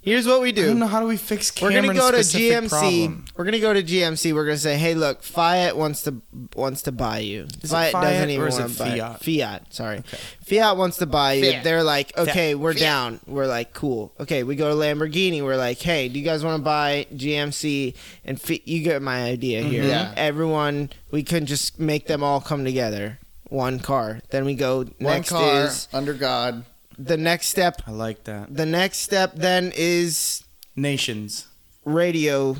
Here's what we
I don't
do.
know how do we fix
We're
Cameron's
gonna go to
specific
GMC.
problem?
We're gonna go to GMC. We're gonna say, "Hey, look, Fiat wants to wants to buy you.
Is it
Fiat, doesn't
Fiat
even
or is it
want to buy
Fiat?
Fiat. Sorry, Fiat wants to buy you.
Fiat.
They're like, okay, we're
Fiat.
down. We're like, cool. Okay, we go to Lamborghini. We're like, hey, do you guys want to buy GMC? And Fi- you get my idea here.
Mm-hmm.
Mhm. Yeah.
Everyone, we can just make them all come together. One car. Then we go.
One
next
car
is
under God.
the next step.
I like that.
The next step then is
Nations.
radio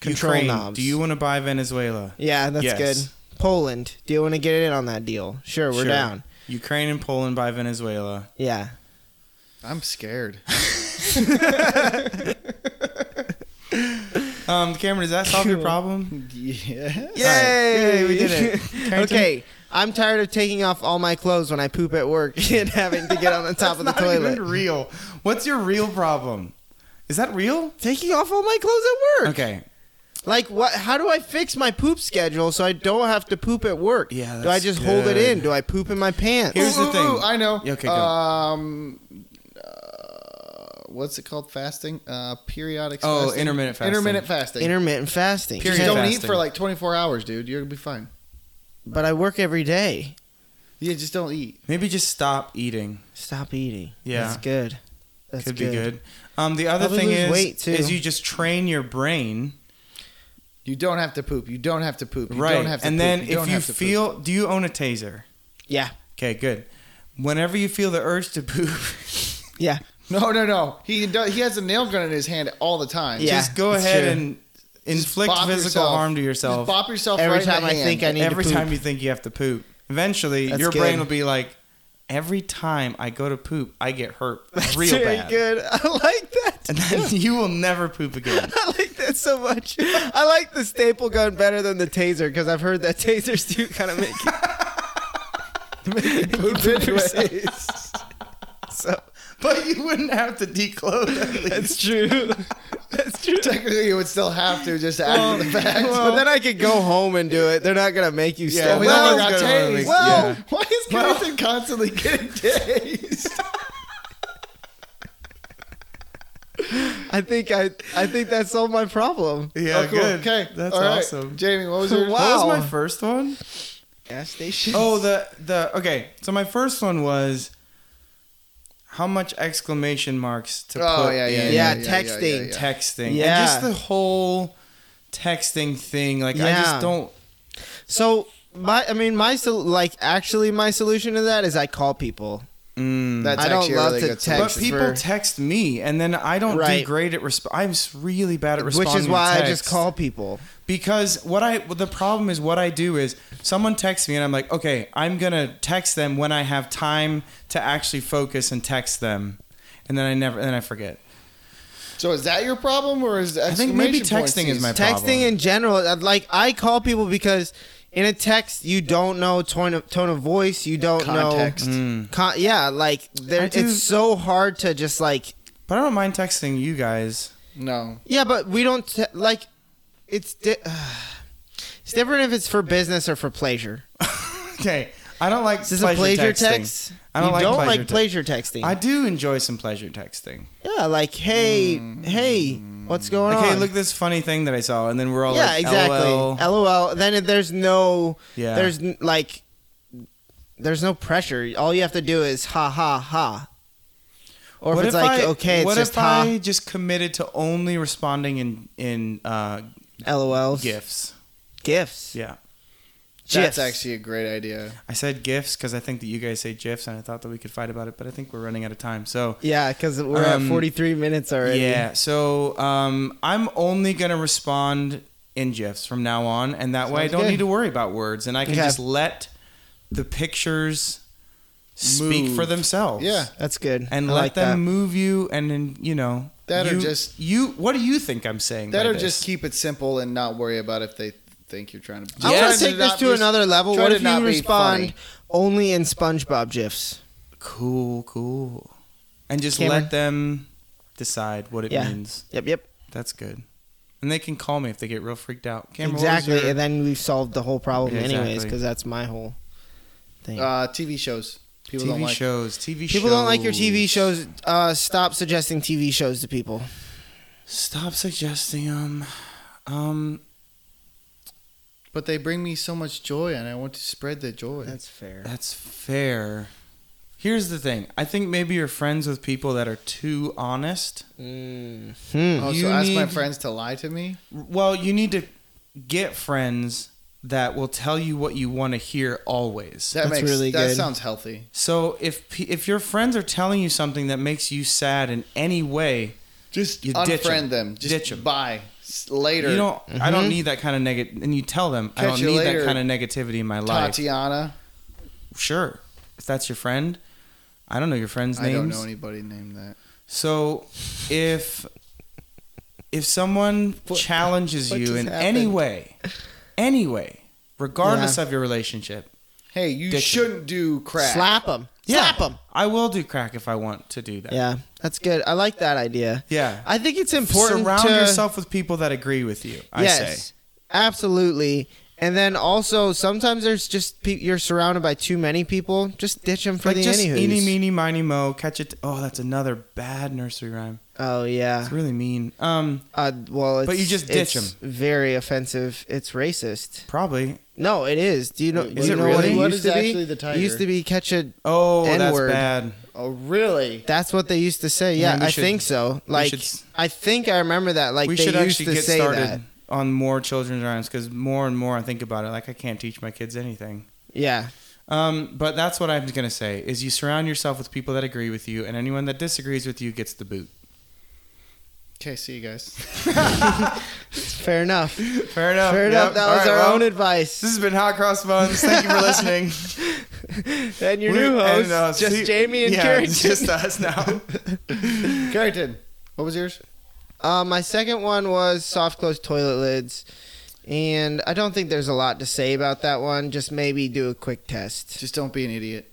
control
Ukraine.
knobs.
Do you want to buy Venezuela?
Yeah, that's
Yes.
good. Poland. Do you want to get in on that deal? Sure, we're
Sure.
down.
Ukraine and Poland buy Venezuela.
Yeah.
I'm scared.
Um, Cameron, does that solve your problem?
yeah.
Yay! we did it.
okay. I'm tired of taking off all my clothes when I poop at work and having to get on the top of the
Not
toilet.
even real. What's your real problem? Is that real?
Taking off all my clothes at work.
Okay.
Like what how do I fix my poop schedule so I don't have to poop at work?
Yeah,
do I
that's
just hold it
good.
in? Do I poop in my pants?
Here's the
Ooh, ooh,
thing.
ooh, I know.
Yeah, okay, go.
Um, uh, what's it called? Fasting? Uh, periodic.
Oh,
fasting?
intermittent fasting.
Intermittent fasting.
Intermittent fasting.
Period.
Just don't eat
fasting.
for like 24 hours, dude. You're gonna be fine.
But I work every day.
Yeah, just don't eat.
Maybe just stop eating.
Stop eating.
Yeah.
That's good. That's
Could
good.
be good. Um, the other
Probably
thing
lose
is,
weight, too.
is you just train your brain
You don't have to poop. You don't have to poop. You
right,
Don't have to
and
poop.
then
don't
if you
have to poop.
feel, do you own a taser?
Yeah.
Okay, good. Whenever you feel the urge to poop,
Yeah.
no, no, no. He does, he has a nail gun in his hand all the time.
Yeah.
just go
that's
ahead
true.
and inflict
bop
physical
yourself.
harm to
Just
yourself
bop yourself
Every
right in the
time I
hand.
think I need to
every
poop.
time you think you have to poop. Eventually,
That's
your brain
good.
will be like, every time I go to poop, I get hurt real
very
bad.
good. I like that.
And then you will never poop again.
I like that so much. I like the staple gun better than the taser because I've heard that tasers do kind of make you, make you poop anyways. so
but you wouldn't have to declothe at least.
that's true. That's true.
Technically, you would still have to just after the fact.
but then I could go home and do it. They're not gonna make you
Yeah,
stop.
we
Well,
don't
got
go to one of these-
tased.
well,
yeah.
Why is Carson constantly getting tased?
I think I I think that solved my problem.
Yeah,
Oh, cool.
good.
Okay,
That's
All right.
awesome.
Jamie, what was your?
What
Wow.
was my first one?
Gas station.
Oh, the the okay. So my first one was how much exclamation marks to
Oh
put
yeah, yeah, yeah,
in
Yeah,
texting.
texting.
And
Yeah.
just the whole texting thing. Like I
Yeah.
just don't
So my, I mean, my sol- like actually my solution to that is I call people.
Mm.
That's
I don't
actually a
love
really
to
good
text
solution.
But people
for-
text me, and then I don't do
Right.
great at resp- I'm s- really bad at responding.
Which is why
to
I just
texts.
call people.
because what I well, the problem is what I do is someone texts me and I'm like, okay, I'm gonna text them when I have time to actually focus and text them, and then I never then I forget.
So is that your problem, or is
I think maybe
exclamation point
texting is my
season?
problem.
Texting in general, I'd like I call people because in a text you don't know tone of, tone of voice, you don't
Context.
know. Con- yeah, like there,
I do-
it's so hard to just like.
But I don't mind texting you guys.
No,
Yeah, but we don't te- like. It's di- it's different if it's for business or for pleasure.
Okay, I don't like
Is this
pleasure
a pleasure
texting.
text?
I don't
you
like
don't
pleasure
like
text.
pleasure texting.
I do enjoy some pleasure texting.
yeah, like hey, hey, what's going
Okay,
on?
look this funny thing that I saw, and then we're all
yeah,
like,
exactly.
LOL.
LOL. Then it- there's no
Yeah.
There's n- like there's no pressure. All you have to do is ha ha ha. Or if it's like
I,
okay, it's
what
just
if
ha
I just committed to only responding in in uh,
LOL
gifs?
gifs.
Yeah,
GIFs.
that's actually a great idea.
I said gifs because I think that you guys say gifs, and I thought that we could fight about it, but I think we're running out of time. So
Yeah, cuz we're
Um,
at 43 minutes already.
yeah, so um, I'm only gonna respond in gifs from now on, and that way I
Sounds
don't
good.
need to worry about words, and I can
Okay.
just let the pictures speak
Move.
for themselves.
Yeah.
That's good.
and
I
let
like
them
that.
move you, and then you know
That or
you-
just-
you. What do you think I'm saying?
That
by
or
this?
just keep it simple and not worry about if they think you're trying to.
Yes.
I want
Try
to take this to another level.
try
What
to
if
not
you
be
respond
funny.
only in SpongeBob gifs?
cool, cool, and just
Cameron.
let them decide what it
Yeah.
means.
Yep, yep.
That's good. And they can call me if they get real freaked out. Cameron, what was
exactly.
your-
And then we've solved the whole problem
Yeah,
anyways
exactly.
cuz that's my whole thing.
Uh, TV shows. People don't
TV
like.
shows. TV shows.
People don't like your TV shows. Uh, stop suggesting TV shows to people.
Stop suggesting them. Um,
But they bring me so much joy, and I want to spread the joy.
fair.
that's fair. Here's the thing. I think maybe you're friends with people that are too honest.
Mm-hmm.
oh,
you
so ask my
need-
friends to lie to me.
Well, you need to get friends that will tell you what you want to hear always.
That
That's
makes
really
that
good.
sounds healthy.
so if pe- if your friends are telling you something that makes you sad in any way,
Just
You ditch 'em.
unfriend them. Just
Ditch 'em.
Bye S- later. Mm-hmm.
you don't. I don't
Mhm.
need that kind of negative. And you tell them, I
Catch
don't
you
need
later,
that kind of negativity in my life.
Tatiana.
sure if that's your friend i don't know your friend's
I
names
don't know anybody named that.
so if if someone challenges
what
you
just
in
happened?
any way any way regardless of your relationship
Hey, you
Ditch 'em.
shouldn't do crap.
Slap them. Slap them.
i will do crack if i want to do that
Yeah, that's good. I like that idea.
Yeah.
I think it's important
surround
to
yourself with people that agree with you i
yes,
say
absolutely. And then also sometimes there's just pe- you're surrounded by too many people. Just ditch them for
like
the
just
anywho's.
eeny meeny miny mo catch it oh that's another bad nursery rhyme
Oh
it's
yeah.
really mean um
Uh, well, it's,
But you just ditch
it's Very offensive. It's racist.
probably
No, it is. Do you know?
Is
do
it
you know What,
really?
it
What
used
is
to be?
actually the
It
tiger?
used to be catch a
oh that's
N-word.
bad
Oh, really?
That's what they used to say. Yeah,
Man, we
I
should-
think so. Like,
should s-
I think I remember that. Like,
we
they
should
used
actually
to
get
say
started
that.
on more children's rhymes because more and more I think about it, like I can't teach my kids anything.
Yeah,
Um, but that's what I'm gonna say: is you surround yourself with people that agree with you, and anyone that disagrees with you gets the boot.
Okay, see you guys.
fair enough.
Fair enough.
Fair enough. That was our own advice.
This has been Hot Cross Buns. Thank you for listening.
and your
We-
new host,
and, uh,
just
see-
Jamie and
yeah,
Carrington.
it's just us now.
Carrington, what was yours?
Uh, my second one was soft close toilet lids, and I don't think there's a lot to say about that one. Just maybe do a quick test.
Just don't be an idiot.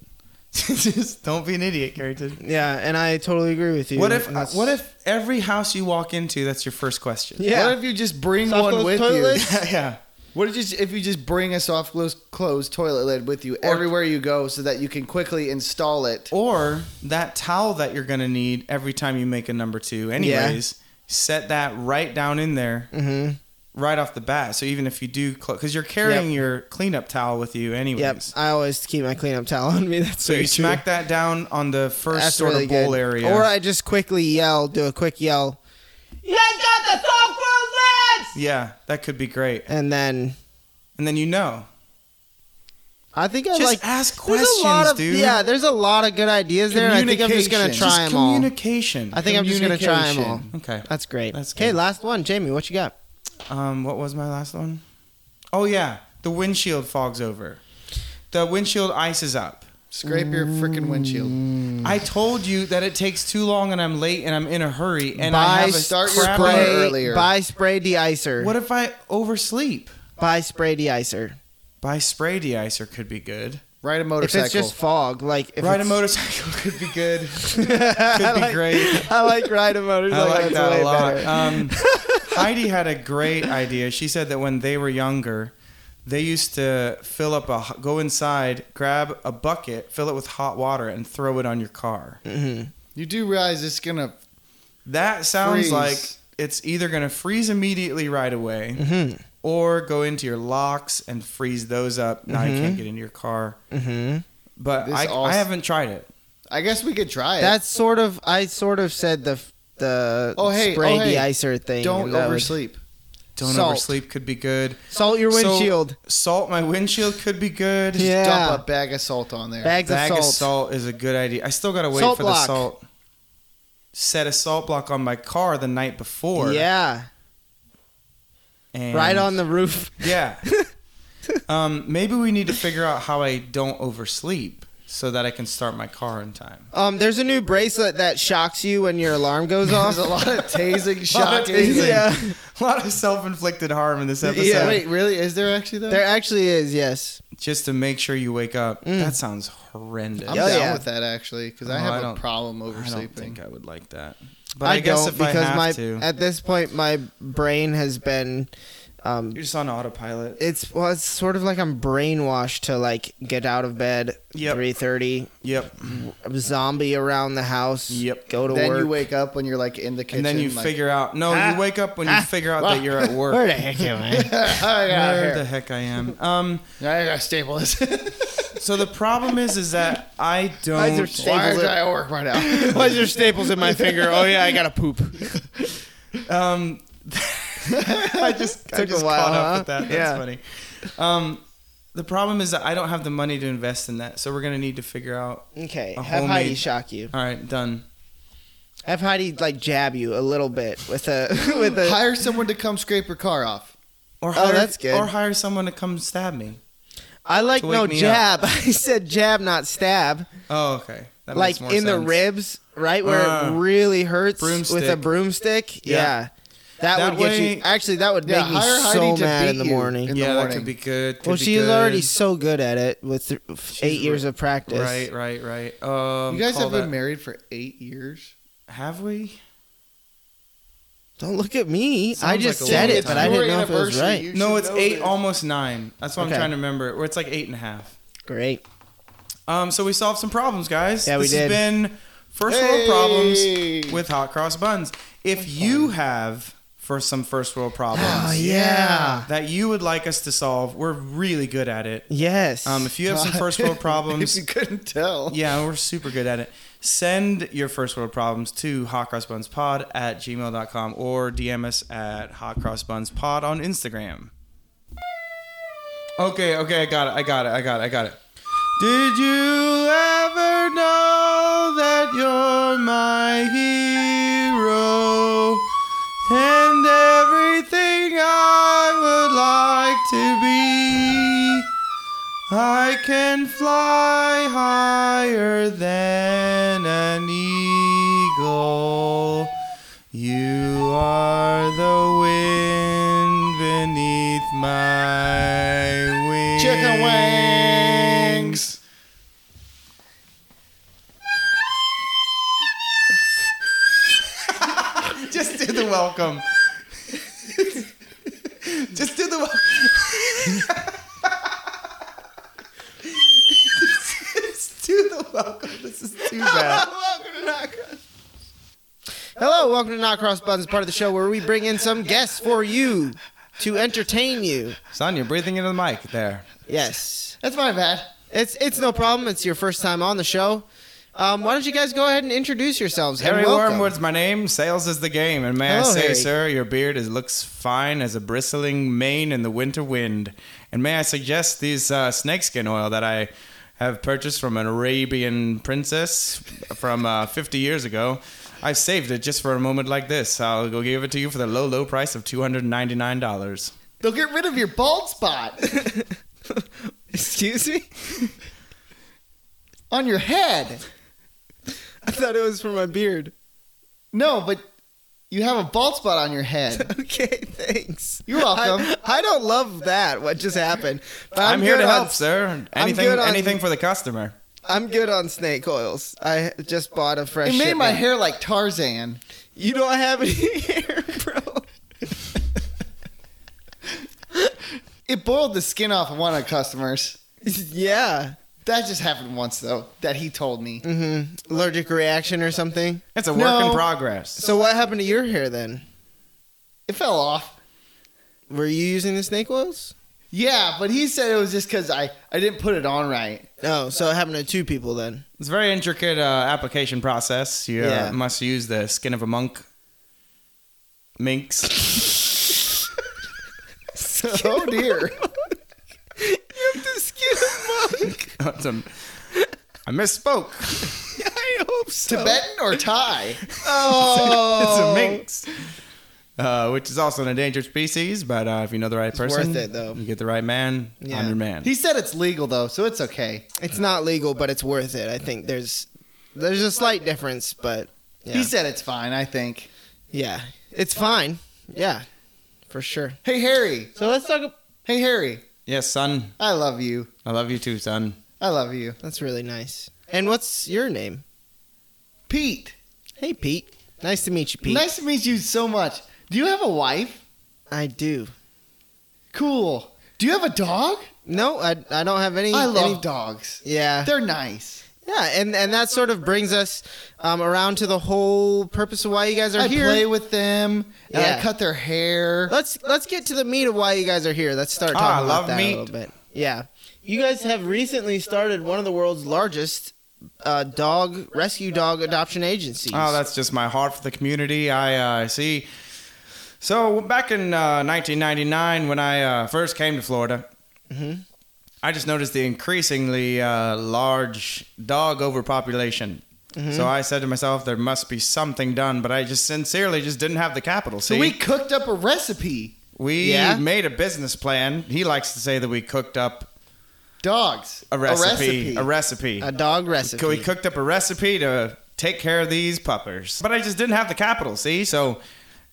just don't be an idiot, Carrington.
Yeah, and I totally agree with you.
What if uh,
And that's-
what if every house you walk into, that's your first question?
Yeah.
What if you just bring
Soft
one
close
with
toilet
you?
lid?
yeah.
What if you just, if you just bring a soft close closed toilet lid with you everywhere you go so that you can quickly install it?
Or that towel that you're gonna need every time you make a number two, anyways. Set that right down in there,
Mhm.
right off the bat. So even if you do, because you're carrying your cleanup towel with you, anyways.
Yep, I always keep my cleanup towel on me. That's
So
very
you
true.
smack that down on the first
That's
sort
really
of bowl
good.
area.
Or I just quickly yell, do a quick yell,
yeah, that could be great.
and then
And then you know
I think I
Just
like
ask
there's
questions,
a lot of,
dude.
Yeah, there's a lot of good ideas there. and I think I'm just gonna
Communication.
try
Just
them all.
communication.
I think I'm just gonna try them all.
okay.
That's great.
That's
okay,
good.
last one, Jamie. What you got?
Um, what was my last one? Oh yeah, the windshield fogs over. The windshield ices up.
Scrape your freaking windshield.
Mm.
I told you that it takes too long and I'm late and I'm in a hurry and I
buy
have a
start your
crap-
spray.
spray.
earlier.
Buy spray deicer.
What if I oversleep?
Buy spray deicer.
Buy spray deicer could be good.
Ride a
If
motorcycle.
it's just fog, like if
Ride a
it's-
motorcycle could be good.
could I
be
like,
great.
I like ride a
I
motorcycle.
like
That's
that
way
a lot.
better.
Um, Heidi had a great idea. She said that when they were younger, they used to fill up a go inside, grab a bucket, fill it with hot water, and throw it on your car.
Mm-hmm,
you do realize it's gonna
That sounds
Freeze.
like it's either going to freeze immediately right away,
Mhm.
or go into your locks and freeze those up. Now you can't get into your car.
Mm-hmm.
But
This
I,
all-
I haven't tried it.
I guess we could try it.
That's sort of. I sort of said the the
Oh, hey,
spray
oh, hey.
deicer thing.
Don't
That would-
oversleep.
Don't
Salt.
oversleep could be good.
Salt your
So-
windshield.
Salt my windshield could be good.
Yeah.
Dump a bag of salt on there.
bags
Bag
of
of
salt.
salt is a good idea. I still gotta wait
Salt
for the
block.
salt. Set a salt block on my car the night before.
Yeah,
and-
right on the roof.
Yeah. um, maybe we need to figure out how I don't oversleep so that I can start my car in time.
Um, there's a new bracelet that shocks you when your alarm goes off.
There's a lot of tasing,
Lot of
shocking.
tasing.
Yeah.
A lot of self-inflicted harm in this episode.
Yeah.
Wait, really? Is there actually though?
There actually is, yes.
Just to make sure you wake up.
Mm.
That sounds horrendous.
I'm
Oh,
down
yeah.
with that actually because I
Oh,
have
I
a
don't-
problem
I don't
oversleeping.
think I would like that. But I,
I,
guess
don't
if
because
I have
my
to,
at this point my brain has been um
you're just on autopilot.
it's well it's sort of like I'm brainwashed to like get out of bed
Yep.
three thirty,
yep.
zombie around the house,
Yep.
go to
then
work.
you wake up when you're like in the
and
kitchen,
then you
like,
figure out. No,
"Ah,
you wake up when you
ah,
figure out that
ah,
you're at work.
Where the heck am I?
"Ah, I got out of
Where
here.
the heck I am. Um,
I got staples.
so the problem is, is that I
Eyes are
don't.
shut.
Why
Staples
did
it.
I work right now?
Why is there staples in my finger? Oh yeah, I gotta poop.
Um, I just I
Took a
just
while,
caught up
huh?
with that. That's
Yeah.
funny. Um, the problem is that I don't have the money to invest in that, so we're gonna need to figure out.
Okay,
A
have Heidi
homemade-
shock you.
All right, done.
Have Heidi like jab you a little bit with a with a
Hire someone to come scrape your car off.
Or
Oh, that's good.
Or hire someone to come stab me.
I like
to wake
no
me
jab. I said jab, not stab.
Oh, okay. That
like
makes more
in the
sense.
ribs, right where
Uh,
it really hurts with a
broomstick.
broomstick. Yeah,
Yeah.
that,
That
would get
way-
you. Actually, that would
Yeah,
make me
hire Heidi
so
to
mad
beat
in the
you
morning.
in the
Yeah, that
morning.
could be good. could
well,
be
she is
good.
already so good at it with th- f- eight years of practice.
Right, right, right. Um,
You guys
call
have
that-
been married for eight years.
Have we?
Don't look at me. I
Sounds
just
like a
said
long
it, but
time.
I
Your
didn't know if it was
anniversary,
right.
you
No,
should
it's
know
eight,
this.
Oh,
almost nine. That's what
Okay.
I'm trying to remember. Or it's like eight and a half.
Great.
Um, so we solved some problems, guys.
Yeah, we
this
did.
has been first
Hey!
world problems with hot cross buns. If you have for some first world problems
Oh yeah.
that you would like us to solve, we're really good at it.
Yes.
Um, if you have some first world
if
problems,
you couldn't tell.
yeah, we're super good at it. Send your first world problems to hotcrossbunspod at gmail.com or DM us at hotcrossbunspod on Instagram. Okay, okay, I got it, I got it, I got it, I got it. Did you ever know that you're my hero? And everything I would like to be. I can fly higher than an eagle. You are the wind beneath my wings.
Chicken wings.
Just do the welcome. Just do the welcome. Just do the welcome. This is too bad.
Hello, welcome to Not Cross Buttons, part of the show where we bring in some guests for you to entertain you.
Son, you're breathing into the mic there.
Yes.
That's my bad.
It's it's no problem. It's your first time on the show. Um, why don't you guys go ahead and introduce yourselves? and
Harry
welcome. Oh,
Wormwood's my name. Sales is the game, and may I
Hello,
say,
Harry.
sir, your beard is, looks fine as a bristling mane in the winter wind. And may I suggest these uh, snakeskin oil that I have purchased from an Arabian princess from uh, 50 years ago. I've saved it just for a moment like this. I'll go give it to you for the low, low price of two hundred ninety nine dollars.
They'll get rid of your bald spot
Excuse me?
on your head.
I thought it was for my beard.
No, but you have a bald spot on your head.
Okay, thanks.
You're welcome.
I, I don't love that. What just happened? But
I'm, here
good
to
on-
help, sir. Anything,
good on-
anything for the customer.
I'm good on snake oils. I just bought a fresh.
It made my
shipment.
hair like Tarzan.
You don't have any hair, bro.
It boiled the skin off of one of the customers.
yeah.
That just happened once though. That he told me.
hmm Allergic reaction or something.
It's a work
No.
in progress.
So what happened to your hair then?
It fell off.
Were you using the snake oils?
Yeah, but he said it was just because I I didn't put it on right.
No. Oh, So it happened to two people then.
It's a very intricate uh, application process. You uh,
Yeah.
must use the skin of a monk, minx.
Oh dear.
you have to skin a monk.
That's a- I misspoke.
I hope so.
Tibetan or Thai?
It's
Oh,
a minx, uh, which is also an endangered species. But uh, if you know the right person,
worth it, though.
you get the right man,
Yeah.
I'm your man.
He said it's legal though, so it's okay.
It's not legal, but it's worth it. I think there's there's a slight difference, but yeah,
He said it's fine. I think.
yeah, it's fine. Yeah, for sure.
Hey Harry.
So let's talk.
Hey Harry.
yes, son.
I love you.
I love you too, son.
I love you.
That's really nice. And what's your name?
Pete.
Hey, Pete. Nice to meet you, Pete.
Nice to meet you so much. Do you have a wife?
I do.
Cool. Do you have a dog?
No, I, I don't have any.
I love
any-
dogs.
Yeah,
They're nice.
yeah, and and that sort of brings us um, around to the whole purpose of why you guys are
I
here.
play with them and
Yeah.
I cut their hair.
Let's let's get to the meat of why you guys are here. Let's start
Ah,
talking
I
about
love
that
meat.
a little bit. Yeah, you guys have recently started one of the world's largest uh, dog rescue dog adoption agencies.
Oh, that's just my heart for the community. I uh, see. So back in uh, 1999, when I uh, first came to Florida,
Mhm.
I just noticed the increasingly uh, large dog overpopulation. So I said to myself, there must be something done, but I just sincerely just didn't have the capital. See,
So we cooked up a recipe.
we
Yeah.
made a business plan. He likes to say that we cooked up
Dogs.
a recipe, a recipe.
a dog recipe.
So we cooked up a recipe to take care of these puppers. But I just didn't have the capital, see? So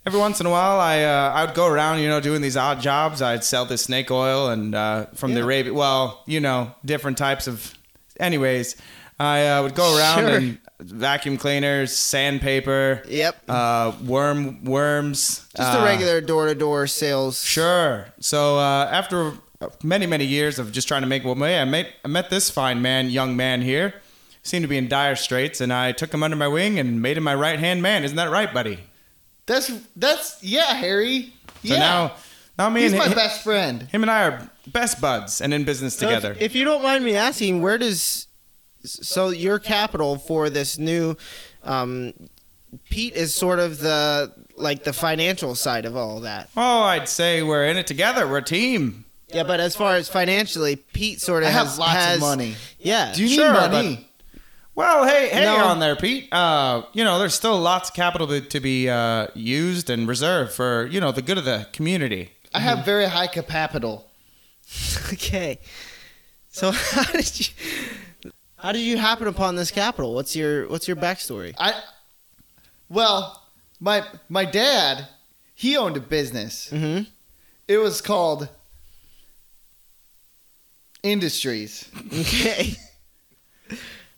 every once in a while, I uh, I would go around, you know, doing these odd jobs. I'd sell this snake oil and uh, from the
Yeah.
Arabian, well, you know, different types of. Anyways, I uh, would go around
Sure.
and vacuum cleaners, sandpaper,
Yep.
uh, worm worms,
Just
uh,
a regular door to door sales.
Sure. So uh, after many many years of just trying to make well, way, I met I met this fine man, young man here, seemed to be in dire straits, and I took him under my wing and made him my right hand man. Isn't that right, buddy?
That's that's yeah, Harry.
So
Yeah.
now, now me
He's
and
my
hi-
best friend.
him and I are best buds and in business
So if-
together.
If, you don't mind me asking, where does so your capital for this new um, Pete is sort of the like the financial side of all that.
oh, I'd say we're in it together. We're a team.
Yeah, but as far as financially, Pete sort of
I have
has,
lots
has-
of money.
Yeah.
Do you
Sure,
need money?
Well, hey, hey
No.
on there, Pete. Uh, you know, there's still lots of capital to, to be uh, used and reserved for you know the good of the community.
I have very high capital.
okay. So how did you how did you happen upon this capital? What's your what's your backstory?
I well, my my dad, he owned a business.
Mm-hmm.
It was called Industries.
Okay.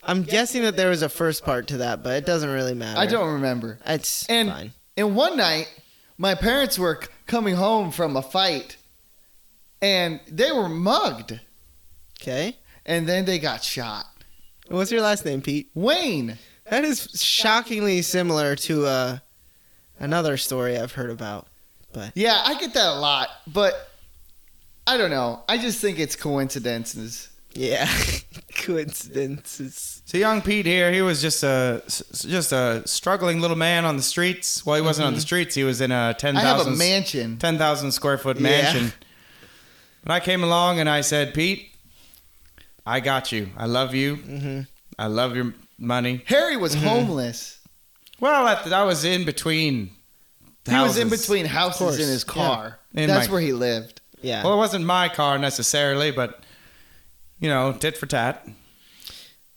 I'm guessing that there was a first part to that, but it doesn't really matter.
I don't remember.
It's
And-
fine.
And one night, my parents were c- coming home from a fight, and they were mugged,
Okay.
and then they got shot.
What's your last name, Pete?
Wayne.
That is shockingly similar to uh, another story I've heard about.
Yeah, I get that a lot, but I don't know. I just think it's coincidences.
Yeah. Coincidences.
So young Pete here, he was just a s- just a struggling little man on the streets. Well, he wasn't on the streets. He was in a ten
Mm-hmm. I have
thousand
a mansion.
ten thousand square foot
Yeah.
mansion. And I came along and I said, Pete, I got you. I love you.
Mhm.
I love your money.
Harry was
Mm-hmm.
homeless.
Well, I, I was in between.
He was in
houses.
between
course,
houses in his
yeah.
car.
In
That's
my-
where he lived.
Yeah.
Well, it wasn't my car necessarily, but you know, tit for tat.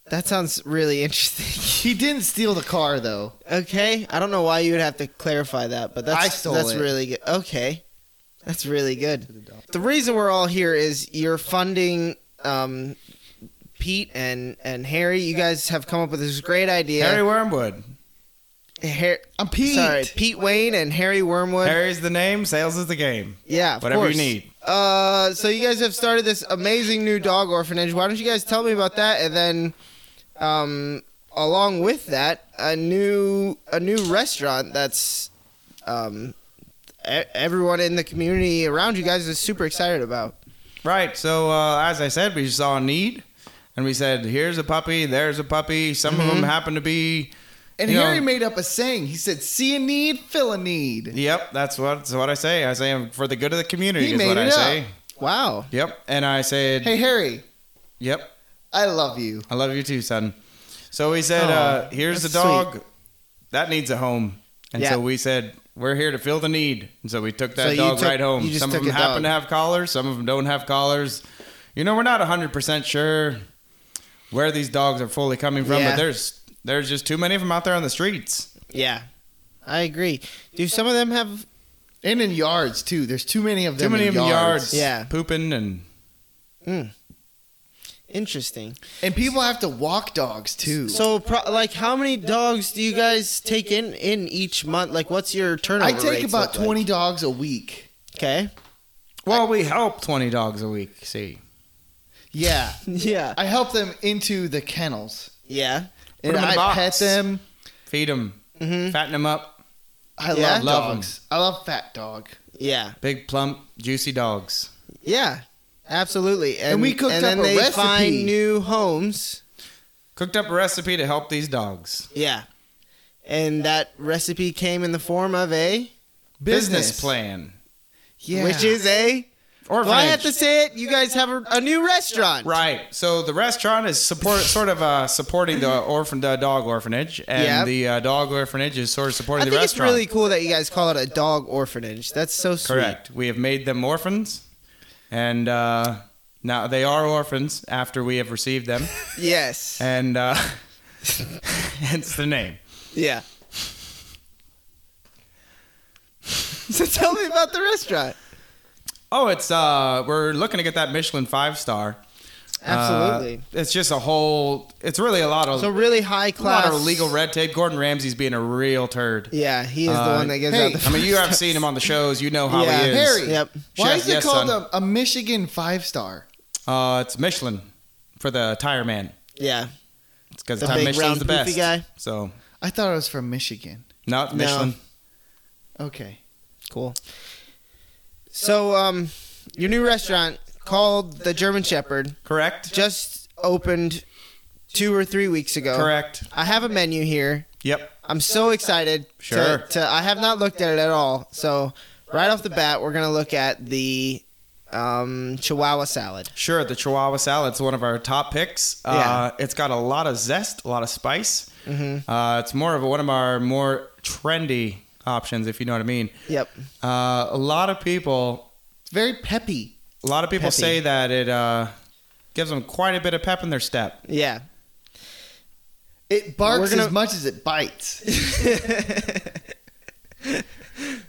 that sounds really interesting.
He didn't steal the car though.
okay. I don't know why you would have to clarify that, but that's
I stole
that's
it.
really good. Okay. That's really good. The reason we're all here is you're funding um, Pete and and Harry. You guys have come up with this great
Harry
idea.
Wormwood.
Harry,
I'm Pete.
sorry, Pete Wayne and Harry Wormwood.
Harry's the name, sales is the game.
yeah, of
Whatever you
course.
need.
Uh, so you guys have started this amazing new dog orphanage. Why don't you guys tell me about that? And then, um, along with that, a new a new restaurant that's, um, e- everyone in the community around you guys is super excited about.
Right. So uh, as I said, we saw a need, and we said, "Here's a puppy. There's a puppy." Some
Mm-hmm.
of them happen to be.
and
you know-
Harry made up a saying. He said, "See a need, fill a need."
Yep, that's what that's what I say. I say for the good of the community
He
is what
made
I
it up.
say.
Wow.
Yep, and I said,
Hey Harry,
"Yep,
I love you.
I love you too, son." So we said,
Aw,
uh, "Here's the
that's
dog that needs a home," and
Yeah.
so we said, "We're here to fill the need." And so we took that
So you
dog
took-
right home.
you just
Some of
took
them
a
happen
dog.
to have collars. Some of them don't have collars. You know, we're not hundred percent sure where these dogs are fully coming from,
Yeah.
but there's there's just too many of them out there on the streets.
Yeah, I agree. Do some of them have?
And in yards too. There's too many of
Too
them.
many of
in
them
yards.
yards,
Yeah.
pooping and
Mm, interesting.
And people have to walk dogs too.
So, pro- like, how many dogs do you guys take in in each month? Like, what's your turnover?
I take
rates
about
look like?
20 dogs a week.
Okay.
well, we help twenty dogs a week. See,
Yeah.
Yeah.
I help them into the kennels.
Yeah.
Put
and
'em in a
I
box.
pet them.
feed them,
Mm-hmm.
fatten them up,
I
Yeah.
love,
Love 'em.
dogs. I love fat dog.
Yeah.
big plump, juicy dogs.
Yeah. Absolutely. And,
we cooked
and then
up a
they
recipe.
find new homes.
Cooked up a recipe to help these dogs.
Yeah. And that recipe came in the form of a,
Business, plan.
Yeah.
which is a.
Or
Do I have to say it? You guys have a, a new restaurant.
Right. So the restaurant is support, sort of uh, supporting the orphan the dog orphanage, and
Yeah.
the uh, dog orphanage is sort of supporting
I
the
think it's
restaurant.
really cool that you guys call it a dog orphanage. That's so sweet.
Correct. We have made them orphans, and uh, now they are orphans after we have received them,
Yes.
and uh, hence the name.
Yeah. so tell me about the restaurant.
Oh, it's uh, we're looking to get that Michelin five star.
Absolutely.
Uh, it's just a whole. It's really a lot of
so really high
a lot
class.
of legal red tape. Gordon Ramsay's being a real turd.
Yeah, he is the
Uh,
one that gives
hey,
out the.
I mean, you have seen him on the shows. You know how
Yeah.
he is.
Harry.
Yep.
Why
Chef,
is it
yes,
called
son.
a, a Michigan five star?
Uh, it's Michelin for the tire man.
Yeah.
It's because
The big
Michelin's
round
the best
poofy guy.
So
I thought it was from Michigan.
not
No.
Michelin.
Okay.
Cool. So, um, your new restaurant called the German Shepherd
Correct.
just opened two or three weeks ago.
Correct.
I have a menu here.
Yep.
I'm so excited. to-
Sure.
To, I have not looked at it at all. So, right off the bat, we're gonna look at the um, Chihuahua salad.
Sure. The Chihuahua salad's one of our top picks. Uh, it's got a lot of zest, a lot of spice.
Mhm.
Uh, it's more of a, one of our more trendy options, if you know what I mean.
Yep.
Uh, a lot of people
It's very peppy.
A lot of people
Peppy.
say that it uh, gives them quite a bit of pep in their step.
Yeah.
It barks
We're gonna-
as much as it bites.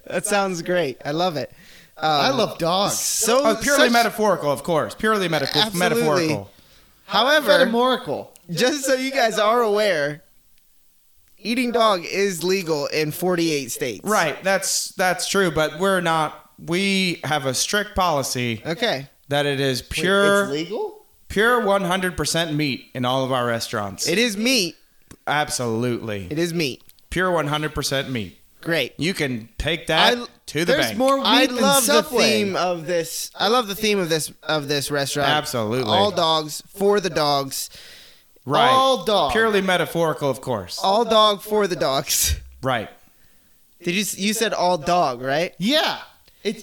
that sounds great. I love it. Um,
I love dogs.
so
Oh, purely
such-
metaphorical, of course. Purely metaphor-
Absolutely.
metaphorical.
However,
Metaphorical.
just so you guys are aware, eating dog is legal in 48 states.
Right. That's that's true, but we're not. We have a strict policy
Okay.
that it is pure,
It's legal?
pure 100% meat in all of our restaurants.
It is meat.
Absolutely,
It is meat.
pure 100% meat.
Great.
You can take that
I-
to the
There's
bank.
more weed
I
than
love the
Subway.
theme of this. I love the theme of this of this restaurant.
Absolutely.
All dogs for the dogs.
right.
All dog.
Purely metaphorical, of course.
All dog for the dogs.
Right.
Did you s- you said all dog, right?
Yeah, it's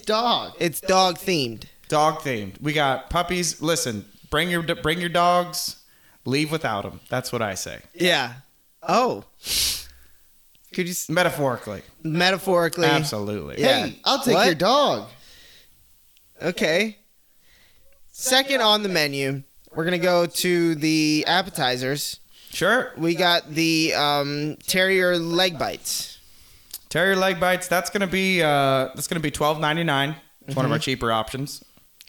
dog.
It's dog themed.
Dog themed. We got puppies. Listen, bring your bring your dogs. Leave without them. That's what I say.
Yeah. Oh. Could you s-
Metaphorically.
metaphorically?
Absolutely.
Yeah.
Hey, I'll take
What?
your dog.
Okay. Second on the menu, we're gonna go to the appetizers.
Sure.
We got the um, terrier leg bites.
Terrier leg bites. That's gonna be uh, that's gonna be twelve ninety nine. It's one of our cheaper options.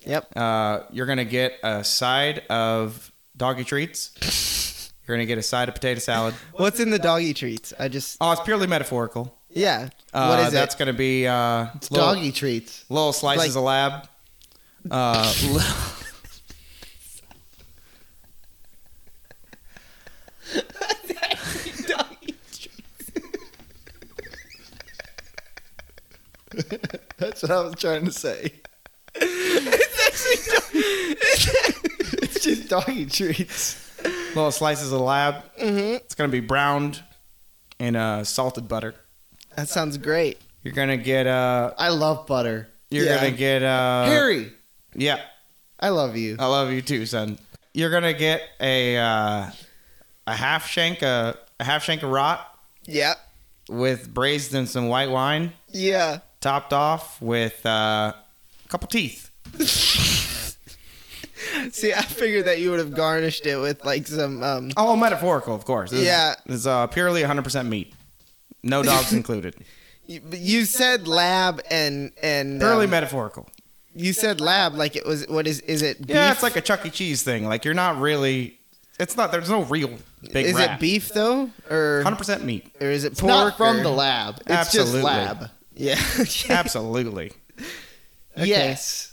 Mm-hmm. Yep.
Uh, you're gonna get a side of doggy treats. You're gonna get a side of potato salad.
What's in the doggy treats? I just
Oh, it's purely metaphorical.
yeah.
Uh,
what is
that's
it?
gonna be uh, little,
Doggy treats.
little slices
like-
of lab. Uh, little,
That's what I was trying to say. it's just doggy treats.
little slices of lab.
Mm-hmm.
It's gonna be browned in uh, salted butter.
That sounds great.
You're gonna get uh,
I love butter.
you're
Yeah.
gonna get uh,
Harry,
yeah.
I love you.
I love you too, son. You're gonna get a uh, a half shank a, a half shank of rot
Yep.
with braised in some white wine,
Yeah.
topped off with uh, a couple teeth.
See, I figured that you would have garnished it with like some. Um,
All Oh, metaphorical, of course. This is-
Yeah.
this is uh, purely 100% meat, no dogs included.
you, you said lab and and um,
Purely metaphorical.
you said lab like it was. What is is it? Beef?
Yeah, it's like a Chuck E. Cheese thing. Like you're not really. It's not. There's no real big.
is it beef though, or
100% meat.
or is it pork?
Not from
or-
the lab. It's
Absolutely.
just lab.
Yeah.
Absolutely.
Yes.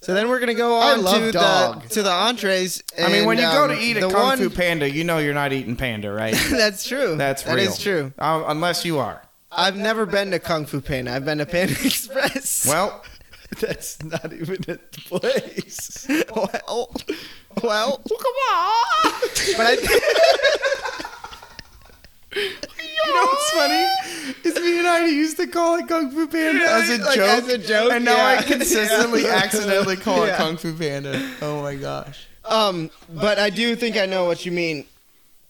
so then we're gonna go
I
on
love
to
dog.
the to the entrees.
I mean, when you
and,
go to
um,
eat a
the
Kung
one-
Fu Panda, you know you're not eating panda, right?
that's true.
That's
That
real.
is true.
Uh, unless you are.
I've never been to Kung Fu Panda. I've been to Panda Express.
Well,
That's not even at the place.
well, well, But I,
you know what's funny? Is me and I used to call it Kung Fu Panda as a
like,
joke.
as a joke,
And now
yeah.
I consistently
Yeah.
accidentally call
Yeah.
it Kung Fu Panda. Oh my gosh.
um, but I do think I know what you mean.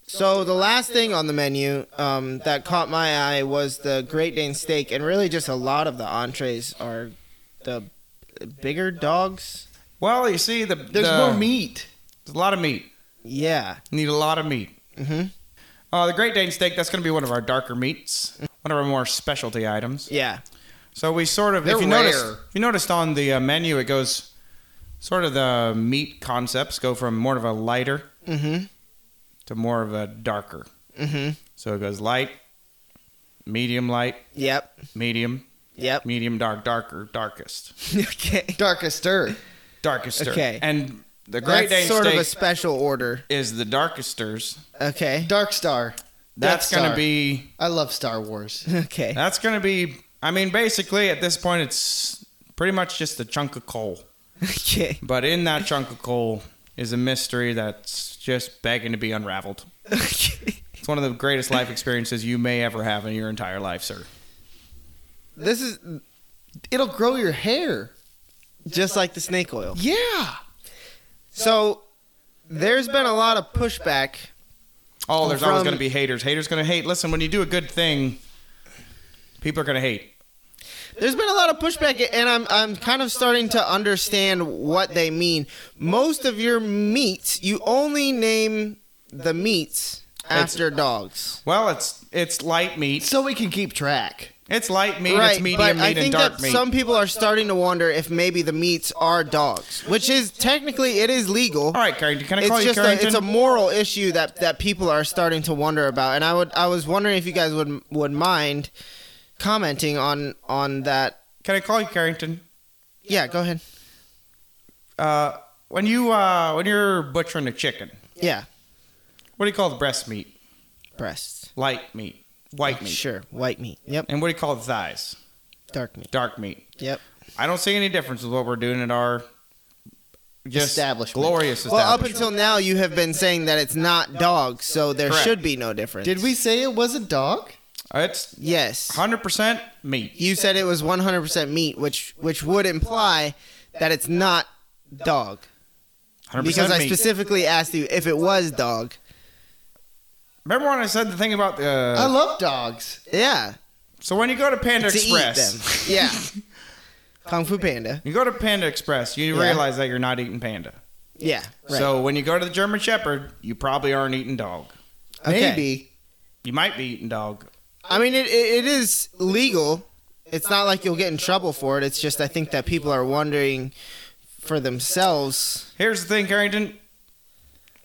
So the last thing on the menu um, that caught my eye was the Great Dane steak, and really just a lot of the entrees are the bigger dogs.
Well, you see, the
There's
the-
more meat.
There's a lot of meat.
Yeah.
Need a lot of meat.
Mhm.
Uh, the Great Dane steak. That's going to be one of our darker meats. One of our more specialty items.
Yeah.
So we sort of,
They're
if you notice,
rare.
if you noticed on the uh, menu, it goes sort of the meat concepts go from more of a lighter
Mhm.
to more of a darker.
Mhm.
So it goes light, medium light,
Yep.
medium,
Yep.
medium dark, darker, darkest,
okay.
Darkester.
darkester.
Okay.
And the Great
That's
Dane
sort
steak
of a special order.
is the darkesters.
Okay.
Dark Star.
That's
Death
going to
Star.
be.
I love Star Wars.
Okay.
That's going to be. I mean, basically, at this point, it's pretty much just a chunk of coal.
Okay.
But in that chunk of coal is a mystery that's just begging to be unraveled.
Okay.
It's one of the greatest life experiences you may ever have in your entire life, sir.
This is
It'll grow your hair.
just like the snake oil.
Yeah.
So there's been a lot of pushback.
Oh, there's always
From-
going to be haters. Haters going to hate. Listen, when you do a good thing, people are going to hate.
There's been a lot of pushback, and I'm I'm kind of starting to understand what they mean. Most of your meats, you only name the meats after dogs.
Well, it's it's light meat.
So we can keep track.
It's light meat.
right,
it's medium
but
meat
I think
and dark
that
meat.
some people are starting to wonder if maybe the meats are dogs, which is technically it is legal.
All right, Carrington. Can I call
it's
you
just a,
Carrington?
it's a moral issue that that people are starting to wonder about, and I would I was wondering if you guys would would mind commenting on on that.
Can I call you Carrington?
Yeah, go ahead.
Uh, when you uh, when you're butchering a chicken,
Yeah,
what do you call the breast meat?
breasts.
Light meat. white meat.
Sure, white meat. Yep,
And what do you call it? Thighs.
dark meat.
Dark meat.
Yep.
I don't see any difference with what we're doing at our just
Establishment.
glorious
Well, up
establishment.
until now, you have been saying that it's not dog, so there
Correct.
should be no difference.
Did we say it was a dog?
it's
Yes.
100% meat.
You said it was 100% meat, which which would imply that it's not dog.
100%
Because I
meat.
specifically asked you if it was dog.
Remember when I said the thing about the?
I love dogs.
Yeah.
so when you go to Panda
to
Express,
eat them. Yeah. Kung Fu Panda.
you go to Panda Express, you
Yeah.
realize that you're not eating panda.
Yeah. Right.
So when you go to the German Shepherd, you probably aren't eating dog.
Okay.
Maybe.
You might be eating dog.
I mean, it, it, it is legal. It's not like you'll get in trouble for it. It's just I think that people are wondering for themselves.
Here's the thing, Carrington.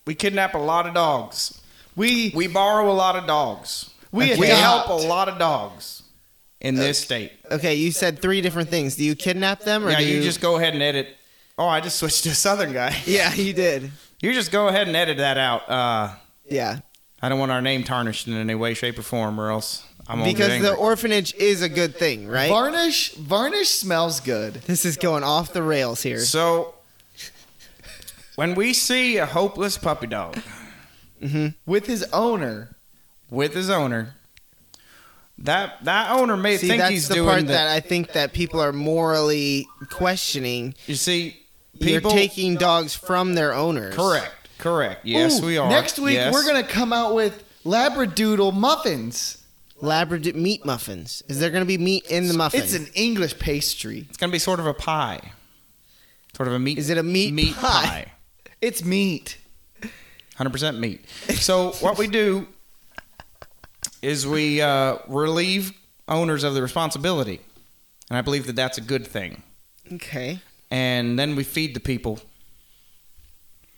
We kidnap a lot of dogs.
We
We borrow a lot of dogs. We,
Okay.
we help a
Adopt.
lot of dogs in
Uh,
this state.
Okay, you said three different things. Do you kidnap them or
Yeah,
do
you just go ahead and edit. Oh, I just switched to Southern guy.
Yeah, you did.
You just go ahead and edit that out. Uh,
Yeah.
I don't want our name tarnished in any way, shape, or form, or else I'm gonna get
Because
angry.
the orphanage is a good thing, right?
varnish varnish smells good.
This is going off the rails here.
So, when we see a hopeless puppy dog
With his owner.
with his owner, that that owner may
See,
think
that's
he's
the
doing
part
the-
that I think that people are morally questioning.
you see,
People,
people
You're taking dogs from their owners.
correct, correct. Yes,
Ooh,
we are.
Next week
Yes.
we're gonna come out with labradoodle muffins.
Labrador meat muffins. Is there going to be meat in the muffin?
It's an English pastry.
It's gonna be sort of a pie, sort of a meat.
Is it a meat pie?
It's meat.
Hundred percent meat. So what we do is we uh, relieve owners of the responsibility, and I believe that that's a good thing.
okay.
and then we feed the people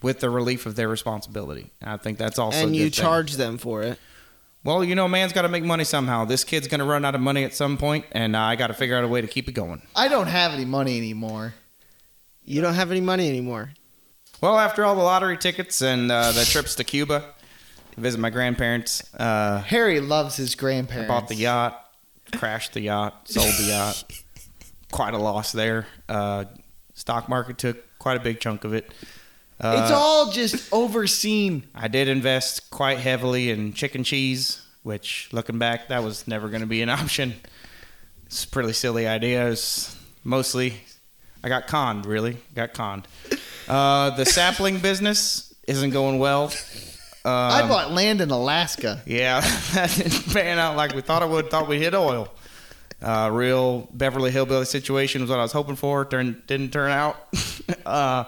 with the relief of their responsibility. And I think that's also
and
a
you
good thing.
charge them for it.
Well, you know, man's got to make money somehow. This kid's going to run out of money at some point, and uh, I got to figure out a way to keep it going.
I don't have any money anymore.
You don't have any money anymore.
Well, after all the lottery tickets and uh, the trips to Cuba, to visit my grandparents, uh,
Harry loves his grandparents.
bought the uh, yacht, crashed the yacht, sold the yacht. Quite a loss there. Uh, stock market took quite a big chunk of it. Uh,
It's all just overseen.
I did invest quite heavily in chicken cheese, which looking back, that was never going to be an option. It's a pretty silly idea. It was mostly, I got conned, really. Got conned. Uh, the sapling business isn't going well. Um,
I bought land in Alaska.
yeah, that didn't pan out like we thought it would. Thought we hit oil. Uh, real Beverly Hillbilly situation was what I was hoping for. Turned didn't turn out. uh,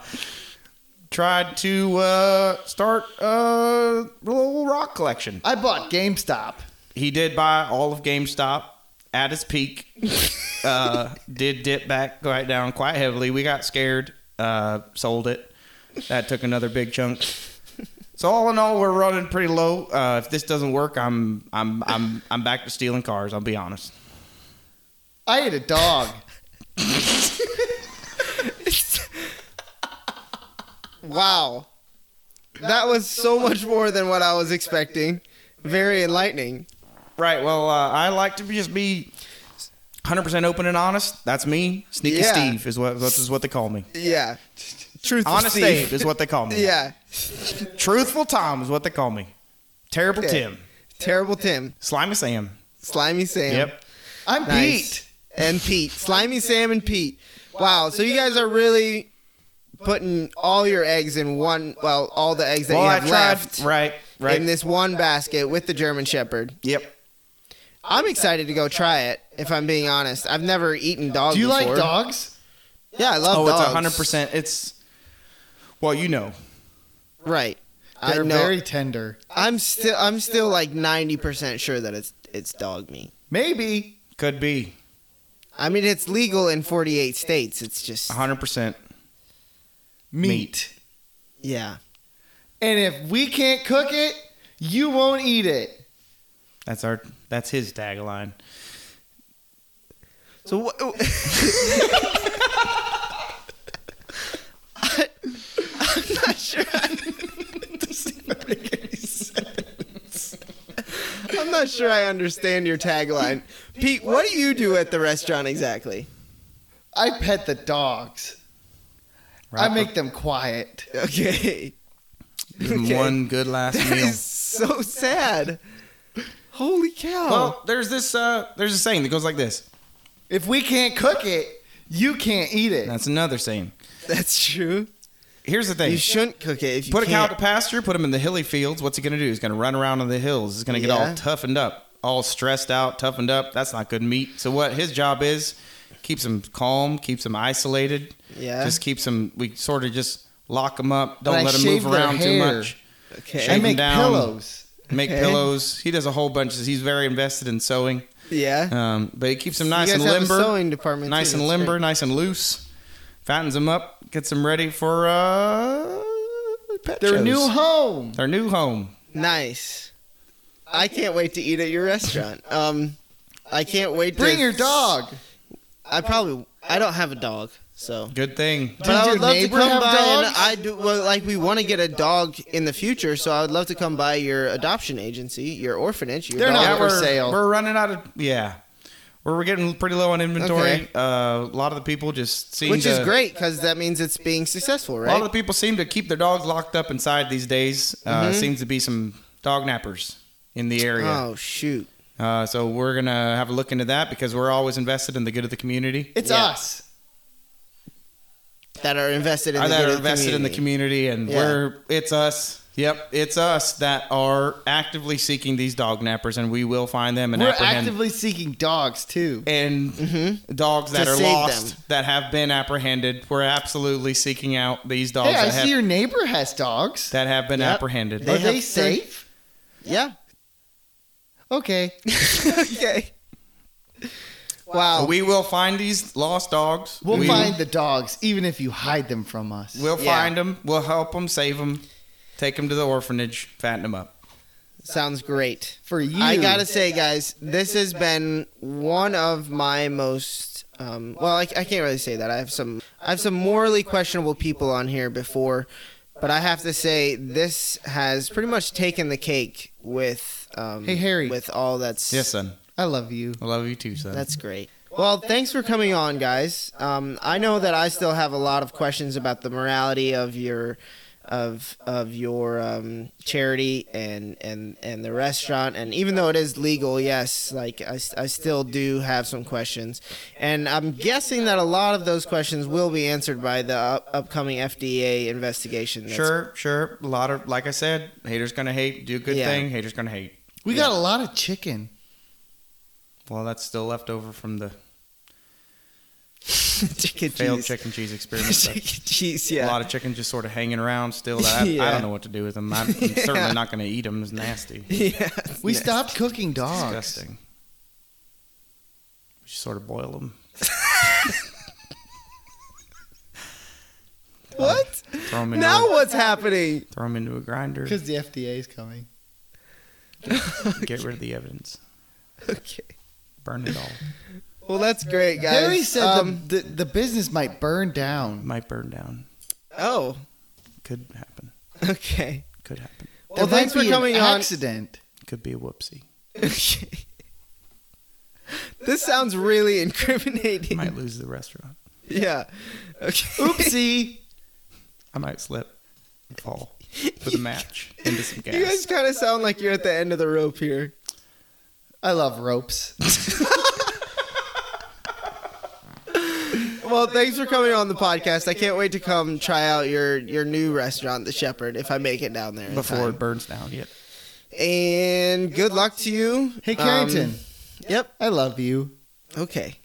tried to uh, start a little rock collection.
I bought GameStop.
He did buy all of GameStop at its peak. uh, did dip back right down quite heavily. We got scared. Uh, sold it. That took another big chunk. So all in all, we're running pretty low. Uh, if this doesn't work, I'm I'm I'm I'm back to stealing cars. I'll be honest.
I ate a dog.
Wow. That was so much more than what I was expecting. Very enlightening.
Right. Well, uh, I like to just be 100% open and honest. That's me. Sneaky
Yeah.
Steve is what this is what they call me.
Yeah. Truth.
Honest Steve is what they call me.
Yeah.
Truthful Tom is what they call me. Terrible
Okay.
Tim.
Terrible Tim.
Slimy Sam.
Slimy Sam.
Yep.
I'm
Nice.
Pete.
and Pete. Slimy Sam and Pete. Wow. So you guys are really putting all your eggs in one. Well, all the eggs that
Well,
you
I
have
tried.
left
Right, right.
in this one basket with the German Shepherd.
yep.
I'm excited to go try it. If I'm being honest, I've never eaten dog.
Do you like
before.
dogs?
Yeah, I love
Oh,
dogs.
it's hundred percent. It's well, you know,
Right. I
They're
know.
very tender.
I'm still. I'm still like 90 percent sure that it's it's dog meat.
Maybe.
could be
I mean, it's legal in 48 states. It's just
hundred percent.
Meat.
Meat.
yeah.
And if we can't cook it, you won't eat it.
That's our. That's his tagline.
So what? I'm not sure. I'm not sure I understand your tagline. Pete, what do you do at the restaurant exactly?
I pet the dogs. I
Rapper.
make them quiet.
Okay.
Give him
Okay.
one good last
That
meal.
is so sad. Holy cow.
Well, there's this uh there's a saying that goes like this.
If we can't cook it, you can't eat it.
That's another saying.
that's true.
Here's the thing.
You shouldn't cook it if you
Put a cow
can't.
to pasture, put him in the hilly fields. What's he going to do? He's going to run around on the hills. He's going to get
Yeah.
all toughened up, all stressed out, toughened up. That's not good meat. So what his job is, keeps him calm, keeps him isolated.
Yeah.
Just keeps him we sort of just lock him up, don't
And I
let him move
shave their
around too
hair.
much.
Okay.
Shake
I
'em
make
down.
pillows.
Make
Okay.
pillows. He does a whole bunch of he's very invested in sewing.
Yeah.
Um, but it keeps him
You
nice
guys
and
have a
limber.
sewing department.
nice
too,
and
that's
limber,
great.
nice and loose. Fattens them up, gets them ready for uh, pet
Their
shows.
new home.
their new home.
Nice. I can't wait to eat at your restaurant. Um, I can't wait.
Bring
to,
your dog.
I probably. I don't have a dog, so.
Good thing.
But I
your
would love to
neighbor
come
have
by, and
dogs?
I do well. Like we want to get a dog in the future, so I would love to come by your adoption agency, your orphanage. Your
They're
dog.
not for
we're,
sale.
We're running out of yeah. We're, we're getting pretty low on inventory.
Okay.
Uh, a lot of the people just seem
which
to,
is great because that means it's being successful,
A lot
right?
of the people seem to keep their dogs locked up inside these days. Uh,
Mm-hmm.
Seems to be some dog nappers in the area.
Oh shoot!
Uh, so we're gonna have a look into that because we're always invested in the good of the community.
It's
Yeah.
us.
That are invested in
Are
the
that
good
are
of the
invested in the community, and
Yeah.
we're it's us. Yep, it's us that are actively seeking these dog nappers, and we will find them and
We're
apprehend
actively seeking dogs too.
and dogs that
Mm-hmm. To
are
save
lost
them.
that have been apprehended. We're absolutely seeking out these dogs
Hey, I
that, have,
see your neighbor has dogs.
that have been
Yep.
apprehended.
They
Are they
have
safe?
Yeah.
Okay.
okay. Wow.
So we will find these lost dogs.
We'll
We-
find the dogs, even if you hide them from us.
We'll
Yeah.
find them. We'll help them, save them, take them to the orphanage, fatten them up.
Sounds great.
For you.
I gotta say, guys, this has been one of my most. Um, well, I, I can't really say that. I have some. I have some morally questionable people on here before, but I have to say this has pretty much taken the cake with. Um,
Hey, Harry.
With all that's.
Yes, son.
I love you.
I love you too, son.
That's great. Well, thanks for coming on, guys. Um, I know that I still have a lot of questions about the morality of your of of your um, charity and and and the restaurant. And even though it is legal, yes, like I, s- I still do have some questions. And I'm guessing that a lot of those questions will be answered by the up- upcoming FDA investigation. that's-
Sure, sure. A lot of, like I said, haters gonna hate. Do a good
Yeah.
thing, haters gonna hate.
We got a lot of chicken.
Well, that's still left over from the
Chicken
failed
cheese.
chicken cheese experiment.
Chicken
but
cheese.
A
Yeah.
lot of chicken just sort of hanging around still. That I, I
Yeah.
don't know what to do with them. I'm, I'm
Yeah.
certainly not gonna eat them. It's nasty,
Yeah.
We
Nasty.
stopped cooking dogs.
disgusting. We should sort of boil them,
What?
throw them into,
Now
a,
what's happening?
throw 'em into a grinder,
Because the FDA is coming.
get rid of the evidence,
Okay.
burn it all.
Well, that's great, guys.
Harry said
Um,
the, the, the business might burn down.
Might burn down.
"Oh,
Could happen.
okay.
Could happen.
Well,
There
thanks
might
for
be an
coming on.
Accident.
Could be a whoopsie.
Okay. this sounds really incriminating.
Might lose the restaurant.
Yeah. Okay.
Oopsie.
I might slip and fall with a match into some gas.
You guys kind of sound like you're at the end of the rope here.
I love ropes.
Well, thanks for coming on the podcast. I can't wait to come try out your your new restaurant, The Shepherd, if I make it down there in
before it
time.
burns down yet.
And good luck to you.
Hey,
Um,
Carrington.
yep.
I love you.
Okay.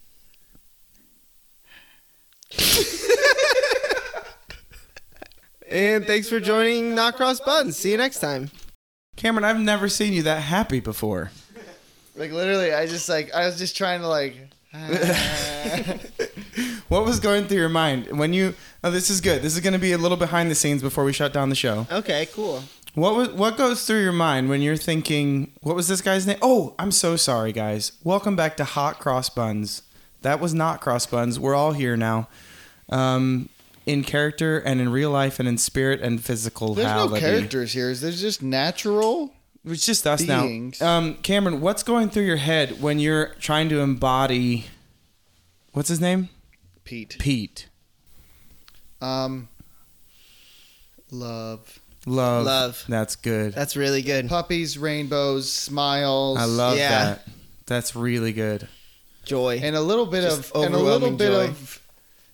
and thanks for joining Not Cross Buns. See you next time.
Cameron, I've never seen you that happy before.
Like literally, I just like I was just trying to like.
What was going through your mind when you? Oh, this is good. This is going to be a little behind the scenes before we shut down the show.
Okay, cool.
What was, what goes through your mind when you're thinking, what was this guy's name? Oh, I'm so sorry, guys. Welcome back to Hot Cross Buns. That was not Cross Buns. We're all here now, um, in character and in real life and in spirit and physical.
There's no characters here. There's just natural
It's just us
Beings.
now. Um, Cameron, what's going through your head when you're trying to embody? What's his name?
Pete.
Pete.
Um, love
Love.
Love.
That's good.
That's really good.
puppies, rainbows, smiles.
I love
Yeah.
that. That's really good.
Joy.
and a little bit
Just
of and a little
overwhelming
bit
joy.
of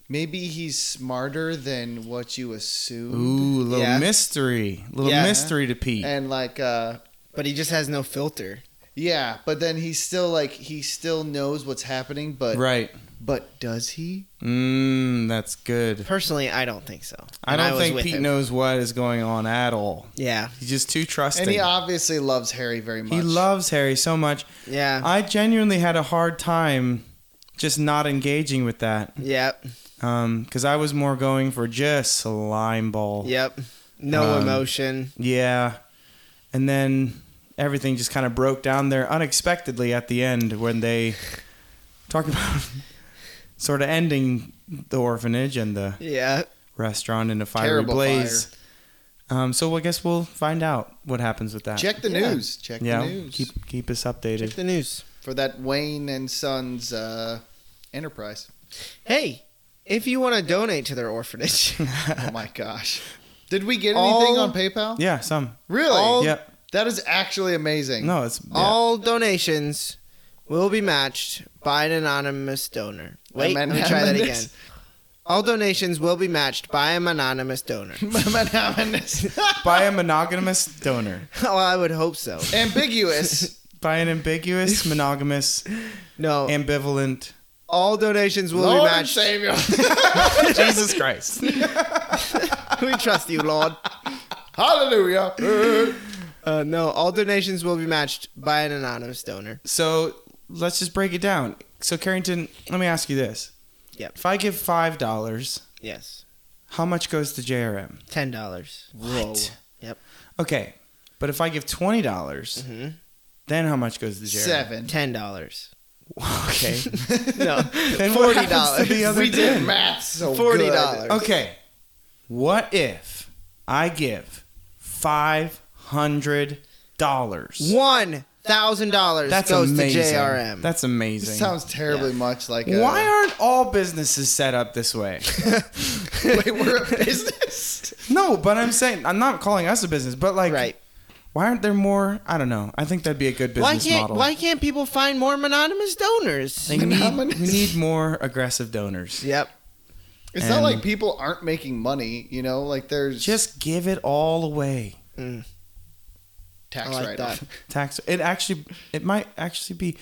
maybe he's smarter than what you assume,
Ooh, a little
Yeah.
mystery. little
Yeah.
mystery to Pete.
and like uh,
but he just has no filter.
yeah, but then he's still like he still knows what's happening, but
right.
but does he?
Mm, that's good.
Personally, I don't think so.
I
And
don't
was
think
with
Pete
him.
knows what is going on at all.
Yeah.
He's just too trusting.
And he obviously loves Harry very much.
he loves Harry so much.
Yeah.
I genuinely had a hard time just not engaging with that
yep.
because I was more going for just slime ball.
Yep. No
Um,
emotion.
Yeah. And then everything just kind of broke down there unexpectedly at the end when they talk about sort of ending the orphanage and the
Yeah.
restaurant in a fiery
Terrible
blaze. Um, so I guess we'll find out what happens with that.
Check the
Yeah.
news. Check
yeah,
the news
keep keep us updated.
Check the news.
for that Wayne and Sons uh, enterprise.
Hey, if you want to donate to their orphanage,
oh my gosh. Did we get anything
All-
on PayPal?
yeah, some.
Really?
All-
Yep.
That is actually amazing.
No, it's yeah.
all donations will be matched by an anonymous donor. Wait, let
Amen-
me try that
anonymous.
again. All donations will be matched by an anonymous donor.
by a monogamous donor,
oh, I would hope so.
Ambiguous.
by an ambiguous, monogamous,
No,
ambivalent.
all donations will
Lord
be
and
matched.
Savior.
Jesus Christ.
we trust you, Lord.
Hallelujah.
Uh, no, all donations will be matched by an anonymous donor.
So let's just break it down. So Carrington, let me ask you this.
Yep.
If I give five dollars,
Yes,
how much goes to JRM?
ten dollars.
Whoa.
Yep.
Okay. But if I give twenty dollars,
hmm
then how much goes to JRM?
Seven.
Ten dollars.
Okay.
No,
Then what
forty
happens to
dollars.
the other
We did
ten?
math so
Forty
good.
dollars.
Okay. What if I give five hundred dollars?
One thousand dollars
That's
goes
amazing.
to JRM.
That's
This
amazing.
sounds terribly much like uh, a,
Why aren't all businesses set up this way?
Wait, we're a business?
no, but I'm saying I'm not calling us a business, but like
right.
Why aren't there more? I don't know. I think that'd be a good
Why
business
can't
model.
Why can't people find more anonymous donors?
They need,
Anonymous.
we need more aggressive donors.
Yep.
It's
And-
not like people aren't making money, you know? Like there's
Just give it all away.
tax
I like
write-off.
Tax. It actually. It might actually be.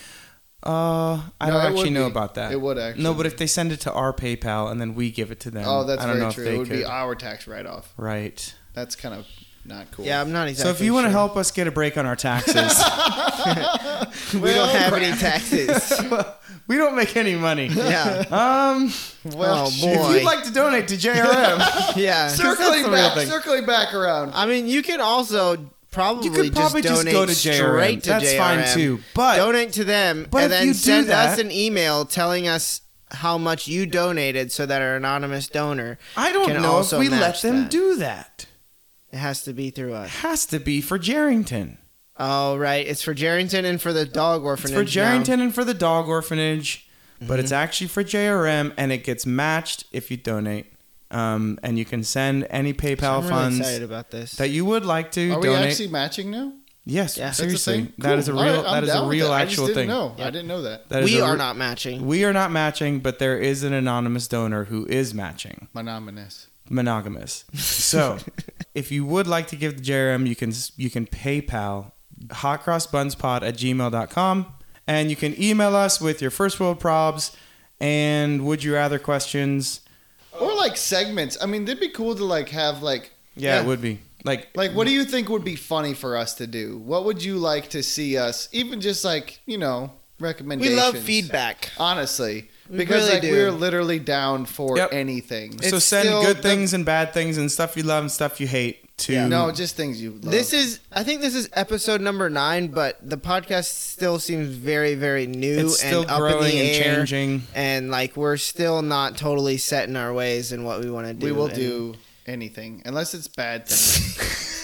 Uh, I
No,
don't
it
actually
would
know
be.
about that.
It would actually.
No, but if they send it to our PayPal and then we give it to them.
Oh, that's
I don't
very
know
true.
If they
It would
could.
be our tax write-off.
right.
That's kind of not cool.
Yeah, I'm not
So
exactly.
if you want to
sure.
help us get a break on our taxes,
we don't have any taxes.
we don't make any money.
yeah.
Um,
Well,
oh
if you'd
boy.
like to donate to JRM,
yeah.
That's
circling
the
back,
real thing.
circling back around.
I mean, you could also probably,
you could probably just,
just
go
donate
to JRM.
straight to
that's
JRM.
fine too. But
donate to them,
But if
and
you
then
do
send
that-
us an email telling us how much you donated, so that our anonymous donor
I don't
can
know if
also
we let
match
them
that.
do that.
it has to be through us.
has to be for Jarrington.
Oh, right. It's for Jarrington and for the dog
It's
orphanage.
for
now.
Jarrington and for the dog orphanage, but it's
Mm-hmm.
actually for JRM and it gets matched if you donate. Um, and you can send any PayPal
I'm really
funds
excited about this.
that you would like to
Are we
donate.
actually matching now?
yes,
Yeah. That's a
seriously,
thing?
that is a
Cool.
real
All right, I'm
that is
down
a
with
real
it.
actual
I just
thing.
didn't know.
Yeah.
I didn't know that.
That is
we
a
are
re-
not matching.
We are not matching, but there is an anonymous donor who is matching.
Monogamous.
monogamous. So, if you would like to give the JRM, you can you can PayPal hotcrossbunspod at gmail.com and you can email us with your first world probs and would you rather questions.
Or like segments. I mean, they'd be cool to like have like
Yeah,
Yeah.
it would be. Like
like what do you think would be funny for us to do? What would you like to see us even just like, you know,
We
recommendations?
love feedback.
Honestly.
We
Because
really
like
do.
we're literally down for
Yep.
anything.
so
it's
send
still
good
the-
things and bad things and stuff you love and stuff you hate to
no, just things you love.
This is, I think this is episode number nine, but the podcast still seems very, very new
it's still
and up in
growing
the
and
air.
changing.
And like, we're still not totally set in our ways and what we want to do.
we will
and-
do anything unless it's bad things.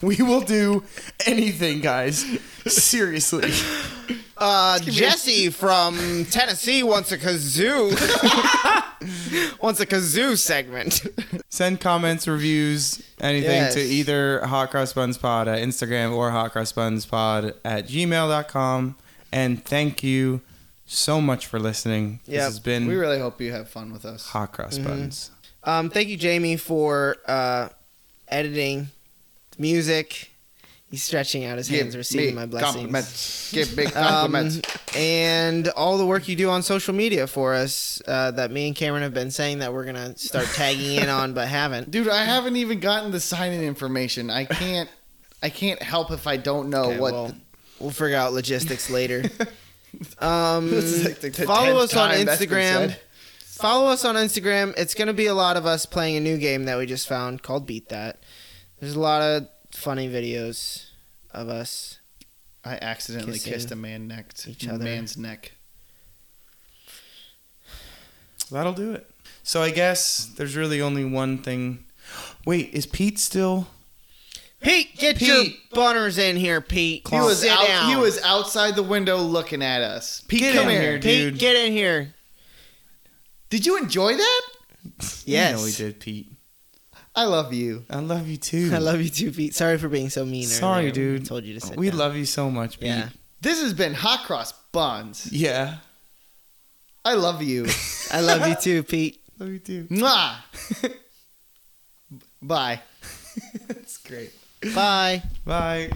We will do anything, guys. Seriously.
Uh, Jesse from Tennessee wants a kazoo. wants a kazoo segment.
Send comments, reviews, anything
Yes.
to either Hot Cross Buns Pod at Instagram or Hot Cross Buns Pod at gmail.com. And thank you so much for listening.
Yep.
This has been
We really hope you have fun with us.
Hot Cross Buns.
Um, thank you, Jamie, for uh, editing the music. He's stretching out his hands, receiving
me
my blessings.
Compliments. Give big
Um,
compliments.
and all the work you do on social media for us uh, that me and Cameron have been saying that we're going to start tagging in on but haven't.
Dude, I haven't even gotten the sign-in information. I can't. I can't help if I don't know
Okay,
what.
well,
the-
we'll figure out logistics later. um,
This is like the tenth
follow us on
time that's been
Instagram.
said.
Follow us on Instagram. It's going to be a lot of us playing a new game that we just found called Beat That. There's a lot of funny videos of us.
I accidentally
Kissing
kissed a man neck. to-
each other.
Man's neck.
That'll do it. So I guess there's really only one thing. Wait, is Pete still?
Pete, get your
Pete.
bunners in here, Pete.
He was
Sit
out.
down.
He was outside the window looking at us. Pete,
Get
come
in
here.
here.
Pete,
dude.
get in here.
Did you enjoy that?
You
Yes.
know he did, Pete.
I love you.
I love you too.
I love you too, Pete. Sorry for being so mean.
Sorry,
earlier.
dude.
I told you to sit
we
down.
love you so much, Pete.
Yeah.
This has been Hot Cross Buns.
Yeah.
I love you.
I love you too, Pete.
Love you too.
Mwah. B- Bye.
That's great.
Bye.
Bye.